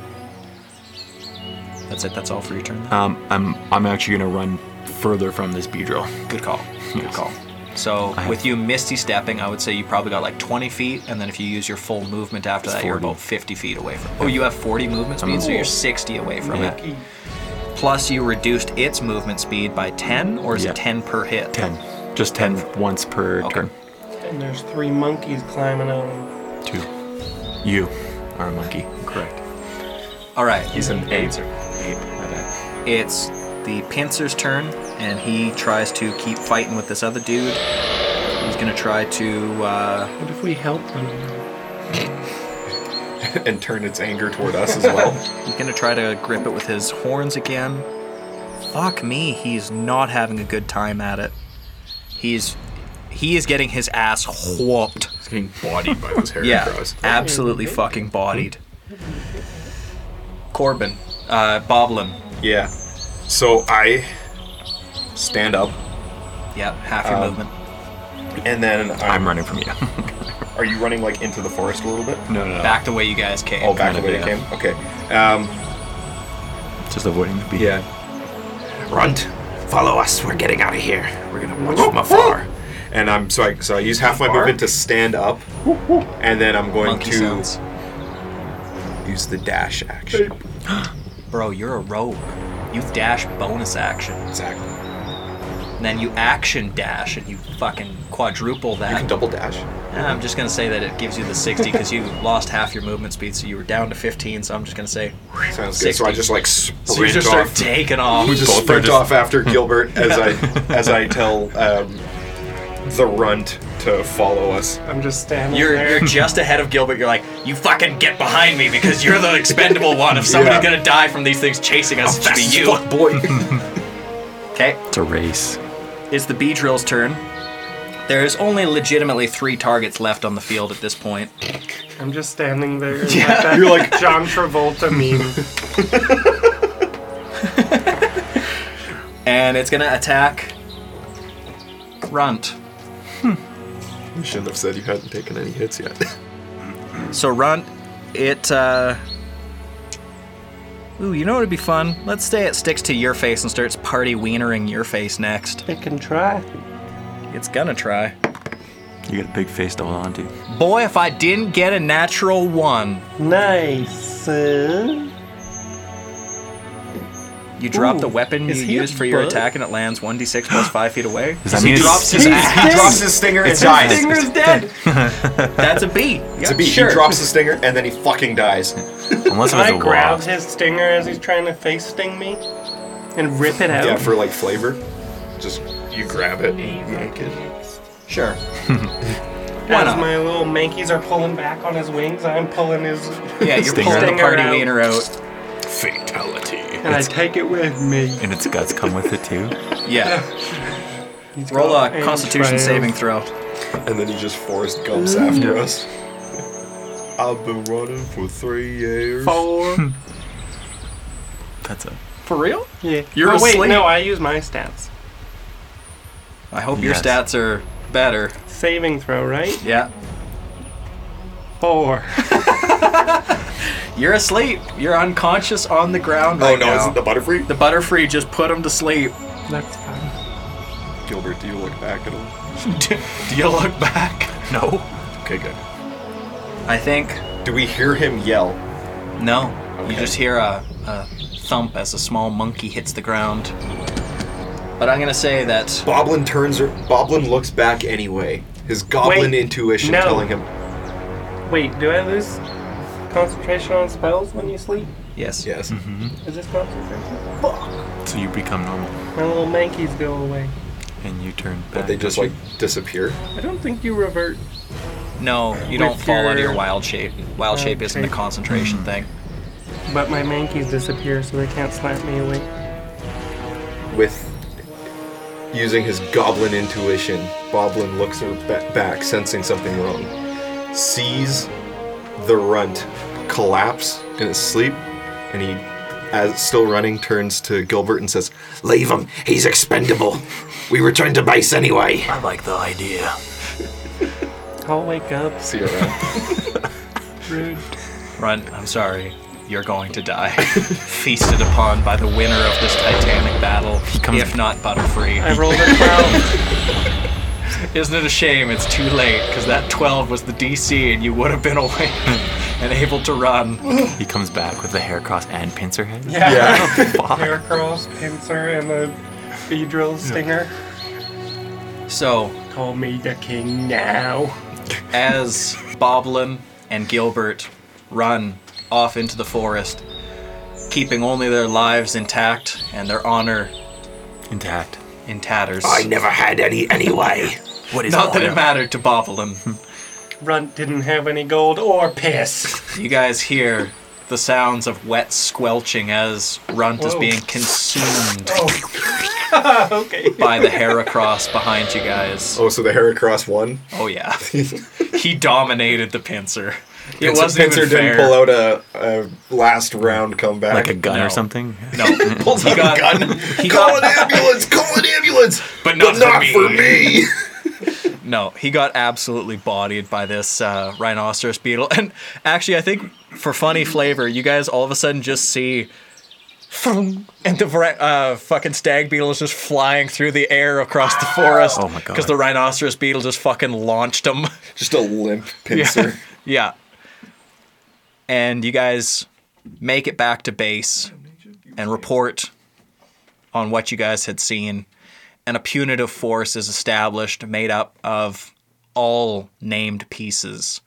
Speaker 1: That's it. That's all for your turn.
Speaker 6: Um, I'm I'm actually gonna run further from this beedrill.
Speaker 1: Good call. Good
Speaker 6: Yes.
Speaker 1: call. So
Speaker 6: I have-
Speaker 1: with you misty stepping, I would say you probably got like 20 feet, and then if you use your full movement after that, you're
Speaker 6: 40.
Speaker 1: about 50 feet away from. Oh, you have 40 movement
Speaker 6: I'm-
Speaker 1: speed, so you're 60 away from
Speaker 6: Yeah.
Speaker 1: it. Plus, you reduced its movement speed by 10, or is
Speaker 6: Yeah.
Speaker 1: it 10 per hit?
Speaker 6: Ten, just ten once per
Speaker 1: Okay.
Speaker 6: turn.
Speaker 5: And there's three monkeys climbing on him.
Speaker 6: Two. You are a monkey. Correct.
Speaker 1: All right.
Speaker 6: He's an ape. Ape. My bad.
Speaker 1: It's the pincer's turn, and he tries to keep fighting with this other dude. He's gonna try to. Uh,
Speaker 5: What if we help them?
Speaker 3: and turn its anger toward us as well.
Speaker 1: he's gonna try to grip it with his horns again. Fuck me, he's not having a good time at it. He's he is getting his ass whooped.
Speaker 3: It's getting bodied by those hair
Speaker 1: Yeah,
Speaker 3: crows.
Speaker 1: absolutely fucking bodied. Corbin, uh, Boblin.
Speaker 3: Yeah. So I stand up,
Speaker 1: Yeah, half your
Speaker 3: Uh,
Speaker 1: movement.
Speaker 3: and then
Speaker 6: I'm
Speaker 3: I'm,
Speaker 6: running from you.
Speaker 3: Are you running like into the forest a little bit?
Speaker 6: no, no, no.
Speaker 1: Back the way you guys came.
Speaker 3: Oh, back
Speaker 6: kind
Speaker 3: the
Speaker 6: of,
Speaker 3: way it
Speaker 6: yeah.
Speaker 3: came. Okay. Um,
Speaker 6: Just avoiding the bead.
Speaker 3: yeah.
Speaker 13: Runt, follow us. We're getting out of here. We're gonna watch from afar.
Speaker 3: And I'm so I so I use half my movement to stand up, and then I'm going
Speaker 1: Monkey
Speaker 3: to
Speaker 1: sounds.
Speaker 3: use the dash action.
Speaker 1: Bro, you're a rogue. You dash bonus action.
Speaker 3: Exactly.
Speaker 1: And then you action dash and you fucking quadruple that.
Speaker 3: You can double dash.
Speaker 1: Eh, I'm just gonna say that it gives you the 60 because you lost half your movement speed, so you were down to 15. So I'm just gonna say,
Speaker 3: Sounds good. So I
Speaker 1: 60.
Speaker 3: just like sprint
Speaker 1: so you just start
Speaker 3: off.
Speaker 1: taking off.
Speaker 3: We just
Speaker 6: Both are
Speaker 3: sprint
Speaker 6: just-
Speaker 3: off after Gilbert as I as I tell um, the runt to follow us.
Speaker 5: I'm just standing
Speaker 1: You're,
Speaker 5: there.
Speaker 1: you're just ahead of Gilbert. You're like, you fucking get behind me because you're the expendable one. If somebody's
Speaker 3: Yeah.
Speaker 1: gonna die from these things chasing us, it should be you.
Speaker 3: Fuck boy.
Speaker 1: Okay,
Speaker 6: It's a race.
Speaker 1: it's the B drill's turn. There is only legitimately three targets left on the field at this point.
Speaker 5: I'm just standing there. like that you're like John Travolta meme.
Speaker 1: And it's gonna attack Runt.
Speaker 3: you shouldn't have said you hadn't taken any hits yet.
Speaker 1: So Runt, it uh Ooh, you know what'd be fun? Let's say it sticks to your face and starts party wienering your face next.
Speaker 5: They can try.
Speaker 1: It's gonna try.
Speaker 6: You got a big face to hold on to.
Speaker 1: Boy, if I didn't get a natural one.
Speaker 5: Nice. Uh,
Speaker 1: You drop the
Speaker 5: Ooh,
Speaker 1: weapon you
Speaker 5: is he a
Speaker 1: used for your
Speaker 5: bug?
Speaker 1: attack and it lands 1d6 plus 5 feet away.
Speaker 6: Does that mean it's,
Speaker 3: his he drops his stinger and dies.
Speaker 1: Stinger's dead! That's a B.
Speaker 3: It's a bee.
Speaker 1: Sure.
Speaker 3: He drops the stinger and then he fucking dies.
Speaker 6: unless it
Speaker 5: I
Speaker 6: was a
Speaker 5: grab
Speaker 6: wasp?
Speaker 5: his stinger as he's trying to face sting me and rip it out.
Speaker 3: Yeah, for like flavor. Just you grab it and yank it.
Speaker 1: Sure. Why
Speaker 5: as
Speaker 1: not?
Speaker 5: my little mankeys are pulling back on his wings, I'm pulling his
Speaker 1: Yeah, you're
Speaker 6: Stinger.
Speaker 1: pulling the
Speaker 5: Stinger
Speaker 1: party
Speaker 5: out.
Speaker 1: wiener out.
Speaker 3: Fatality.
Speaker 5: and I take it with me.
Speaker 6: And its guts come with it too.
Speaker 1: Yeah.
Speaker 5: He's
Speaker 1: Roll
Speaker 5: got
Speaker 1: a
Speaker 5: aim
Speaker 1: constitution
Speaker 5: triumph.
Speaker 1: saving throw.
Speaker 3: And then he just forest gumps after us. I've been running for three years.
Speaker 1: Hmm.
Speaker 5: Four.
Speaker 6: That's a.
Speaker 1: For real?
Speaker 5: yeah.
Speaker 1: You're
Speaker 5: oh, wait,
Speaker 1: asleep.
Speaker 5: no, I use my stats.
Speaker 1: I hope your
Speaker 6: Yes.
Speaker 1: stats are better.
Speaker 5: Saving throw, right?
Speaker 1: Yeah.
Speaker 5: Four.
Speaker 1: You're asleep. You're unconscious on the ground
Speaker 3: Oh
Speaker 1: right
Speaker 3: no,
Speaker 1: now.
Speaker 3: isn't the butterfree?
Speaker 1: the butterfree just put him to sleep.
Speaker 5: That's fine.
Speaker 3: Gilbert, do you look back at him?
Speaker 1: do, do you look back?
Speaker 6: No.
Speaker 3: Okay, good.
Speaker 1: I think
Speaker 3: Do we hear him yell?
Speaker 1: no.
Speaker 3: Okay.
Speaker 1: You just hear a, a thump as a small monkey hits the ground. But I'm gonna say that
Speaker 3: Boblin turns her Boblin looks back anyway. His goblin
Speaker 5: Wait,
Speaker 3: intuition
Speaker 5: no.
Speaker 3: telling him
Speaker 5: Wait, do I lose concentration on spells when you sleep?
Speaker 1: yes.
Speaker 3: yes.
Speaker 5: Is this concentration? Fuck.
Speaker 6: So you become normal
Speaker 5: My little mankeys go away.
Speaker 6: and you turn back.
Speaker 3: But they just like disappear.
Speaker 5: I don't think you revert.
Speaker 1: No, you don't
Speaker 5: With
Speaker 1: fall out of
Speaker 5: your-
Speaker 1: your wild shape. Wild shape isn't a
Speaker 5: shape.
Speaker 1: concentration thing.
Speaker 5: But my mankeys disappear, so they can't slap me away.
Speaker 3: With using his goblin intuition, Boblin looks her ba- back, sensing something wrong. Sees the runt collapse in his sleep, and he, as still running, turns to Gilbert and says,
Speaker 2: Leave him. He's expendable. We return to base anyway.
Speaker 4: I like the idea.
Speaker 5: I'll wake up.
Speaker 6: See you around.
Speaker 5: Rude.
Speaker 1: Runt, I'm sorry. You're going to die. Feasted upon by the winner of this titanic battle, if not Butterfree.
Speaker 5: I rolled a 12.
Speaker 1: Isn't it a shame it's too late? Because that 12 was the DC and you would have been awake and able to run.
Speaker 6: he comes back with the hair cross and pincer head.
Speaker 5: yeah.
Speaker 6: Fuck.
Speaker 5: Hair curls, pincer, and a Beedrill stinger.
Speaker 1: So,
Speaker 5: Call me the king now.
Speaker 1: as Boblin and Gilbert run off into the forest, keeping only their lives intact and their honor
Speaker 6: Intact.
Speaker 1: in tatters.
Speaker 2: I never had any anyway.
Speaker 4: What is
Speaker 1: Not that
Speaker 4: honor?
Speaker 1: it mattered to Boblin.
Speaker 5: Runt didn't have any gold or piss.
Speaker 1: You guys hear the sounds of wet squelching as Runt is
Speaker 5: Whoa.
Speaker 1: being consumed
Speaker 5: okay.
Speaker 1: by the Heracross behind you guys.
Speaker 3: Oh, so the Heracross won?
Speaker 1: Oh yeah, he dominated the pincer. It
Speaker 3: Pincer-
Speaker 1: wasn't
Speaker 3: Pincer
Speaker 1: even fair.
Speaker 3: didn't pull out a, a last round comeback.
Speaker 6: Like a gun
Speaker 1: No.
Speaker 6: or something.
Speaker 1: No, he got, He
Speaker 3: Call
Speaker 1: got,
Speaker 3: an ambulance! Call an ambulance!
Speaker 1: but not,
Speaker 3: Not
Speaker 1: for,
Speaker 3: for
Speaker 1: me.
Speaker 3: me!
Speaker 1: No, he got absolutely bodied by this uh, rhinoceros beetle. And actually, I think for funny flavor, you guys all of a sudden just see. And the vra- uh, fucking stag beetle is just flying through the air across the forest.
Speaker 6: Oh my God.
Speaker 1: Because the rhinoceros beetle just fucking launched him.
Speaker 3: Just a limp pincer.
Speaker 1: yeah. And you guys make it back to base and report on what you guys had seen. And a punitive force is established made up of all named pieces.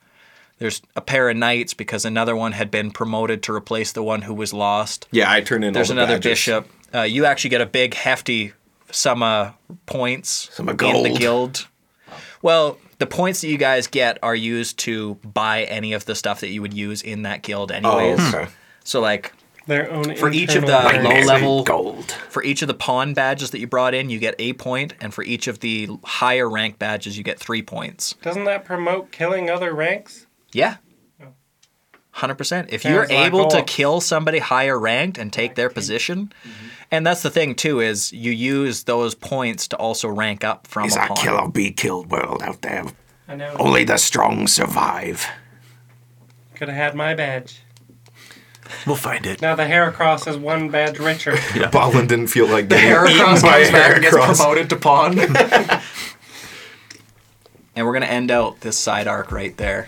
Speaker 1: There's a pair of knights because another one had been promoted to replace the one who was lost.
Speaker 3: Yeah, I turn in
Speaker 1: There's
Speaker 3: all the
Speaker 1: another
Speaker 3: badges.
Speaker 1: bishop. Uh, you actually get a big hefty some uh, points
Speaker 2: Summa
Speaker 1: in the
Speaker 2: gold.
Speaker 1: guild. Well, the points that you guys get are used to buy any of the stuff that you would use in that
Speaker 3: Oh,
Speaker 1: guild, anyways. So like
Speaker 5: Their own
Speaker 1: For each of
Speaker 5: internal
Speaker 1: the
Speaker 5: thing.
Speaker 1: low
Speaker 2: Mary
Speaker 1: level-
Speaker 2: gold.
Speaker 1: for each of the pawn badges that you brought in, you get a point, and for each of the higher rank badges, you get three points.
Speaker 5: Doesn't that promote killing other ranks?
Speaker 1: Yeah. 100%. If
Speaker 5: Sounds
Speaker 1: you're
Speaker 5: like
Speaker 1: able to
Speaker 5: gold.
Speaker 1: kill somebody higher ranked and take their position, and that's the thing too is you use those points to also rank up from
Speaker 2: Is
Speaker 1: a
Speaker 2: a
Speaker 1: pawn.
Speaker 2: kill or be killed world out there.
Speaker 5: I know.
Speaker 2: Only the strong survive.
Speaker 5: Could have had my badge.
Speaker 4: We'll find it.
Speaker 5: Now the Heracross is one badge richer.
Speaker 3: Boblin didn't feel like getting
Speaker 1: Heracross
Speaker 3: eaten by
Speaker 1: comes back and gets
Speaker 3: Heracross.
Speaker 1: promoted to pawn. and we're going to end out this side arc right there.